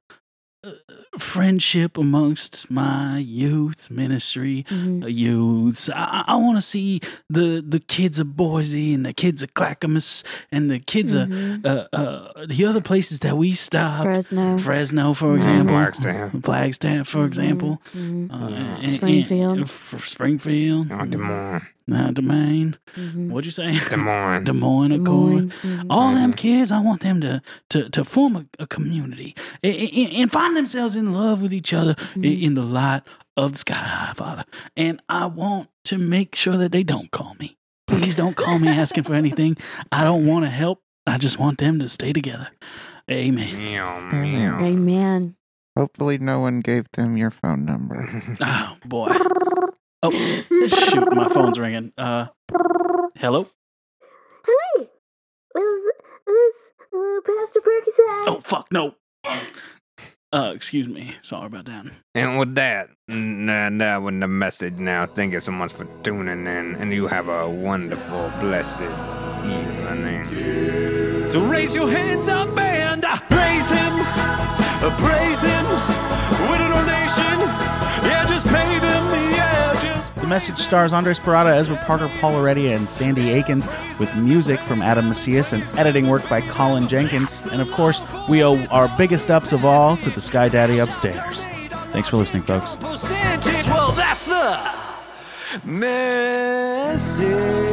[SPEAKER 1] uh, friendship amongst my youth ministry uh,
[SPEAKER 5] Mhm.
[SPEAKER 1] youths. I, I want to see the the kids of Boise and the kids of Clackamas and the kids of
[SPEAKER 5] Mhm.
[SPEAKER 1] uh, uh, the other places that we stopped.
[SPEAKER 5] Fresno,
[SPEAKER 1] Fresno, for
[SPEAKER 7] Mm-hmm.
[SPEAKER 5] Mhm.
[SPEAKER 1] example.
[SPEAKER 3] Flagstaff.
[SPEAKER 1] Flagstaff, for
[SPEAKER 5] Mhm.
[SPEAKER 1] example.
[SPEAKER 5] Mhm.
[SPEAKER 1] Uh,
[SPEAKER 3] Yeah.
[SPEAKER 1] and- and-
[SPEAKER 5] Springfield.
[SPEAKER 1] and f- Springfield.
[SPEAKER 3] Oh, Des Moines.
[SPEAKER 1] Now, Des Moines.
[SPEAKER 5] Mhm.
[SPEAKER 1] What'd you say?
[SPEAKER 3] Des Moines.
[SPEAKER 1] Des Moines,
[SPEAKER 5] Des
[SPEAKER 1] of course.
[SPEAKER 5] Moines. Mhm.
[SPEAKER 1] All them
[SPEAKER 3] Mhm.
[SPEAKER 1] kids, I want them to to, to form a, a community and, and find themselves in in love with each other i-
[SPEAKER 5] Mm-hmm.
[SPEAKER 1] in the light of the sky, Father. And I want to make sure that they don't call me. Please don't call me asking for anything. I don't want to help. I just want them to stay together. Amen.
[SPEAKER 6] Amen.
[SPEAKER 5] Amen.
[SPEAKER 6] Hopefully, no one gave them your phone number.
[SPEAKER 1] Oh boy. Oh shoot, my phone's ringing. Uh, hello.
[SPEAKER 10] Hi. Is this uh, Pastor Perkins?
[SPEAKER 1] Oh fuck no. Uh, excuse me. Sorry about that.
[SPEAKER 7] And with that, nah, that was the message now. Thank you so much for tuning in, and you have a wonderful, blessed evening.
[SPEAKER 13] To raise your hands up and uh, praise him, uh, praise him with a donation. Yeah, just pay them, yeah, just.
[SPEAKER 1] The message stars Andres Parada, Ezra Parker, Paul Heredia, and Sandy Akins, with music from Adam Macias and editing work by Colin Jenkins. And of course, we owe our biggest ups of all to the Sky Daddy upstairs. Thanks for listening, folks.
[SPEAKER 13] percentage. Well, that's the message.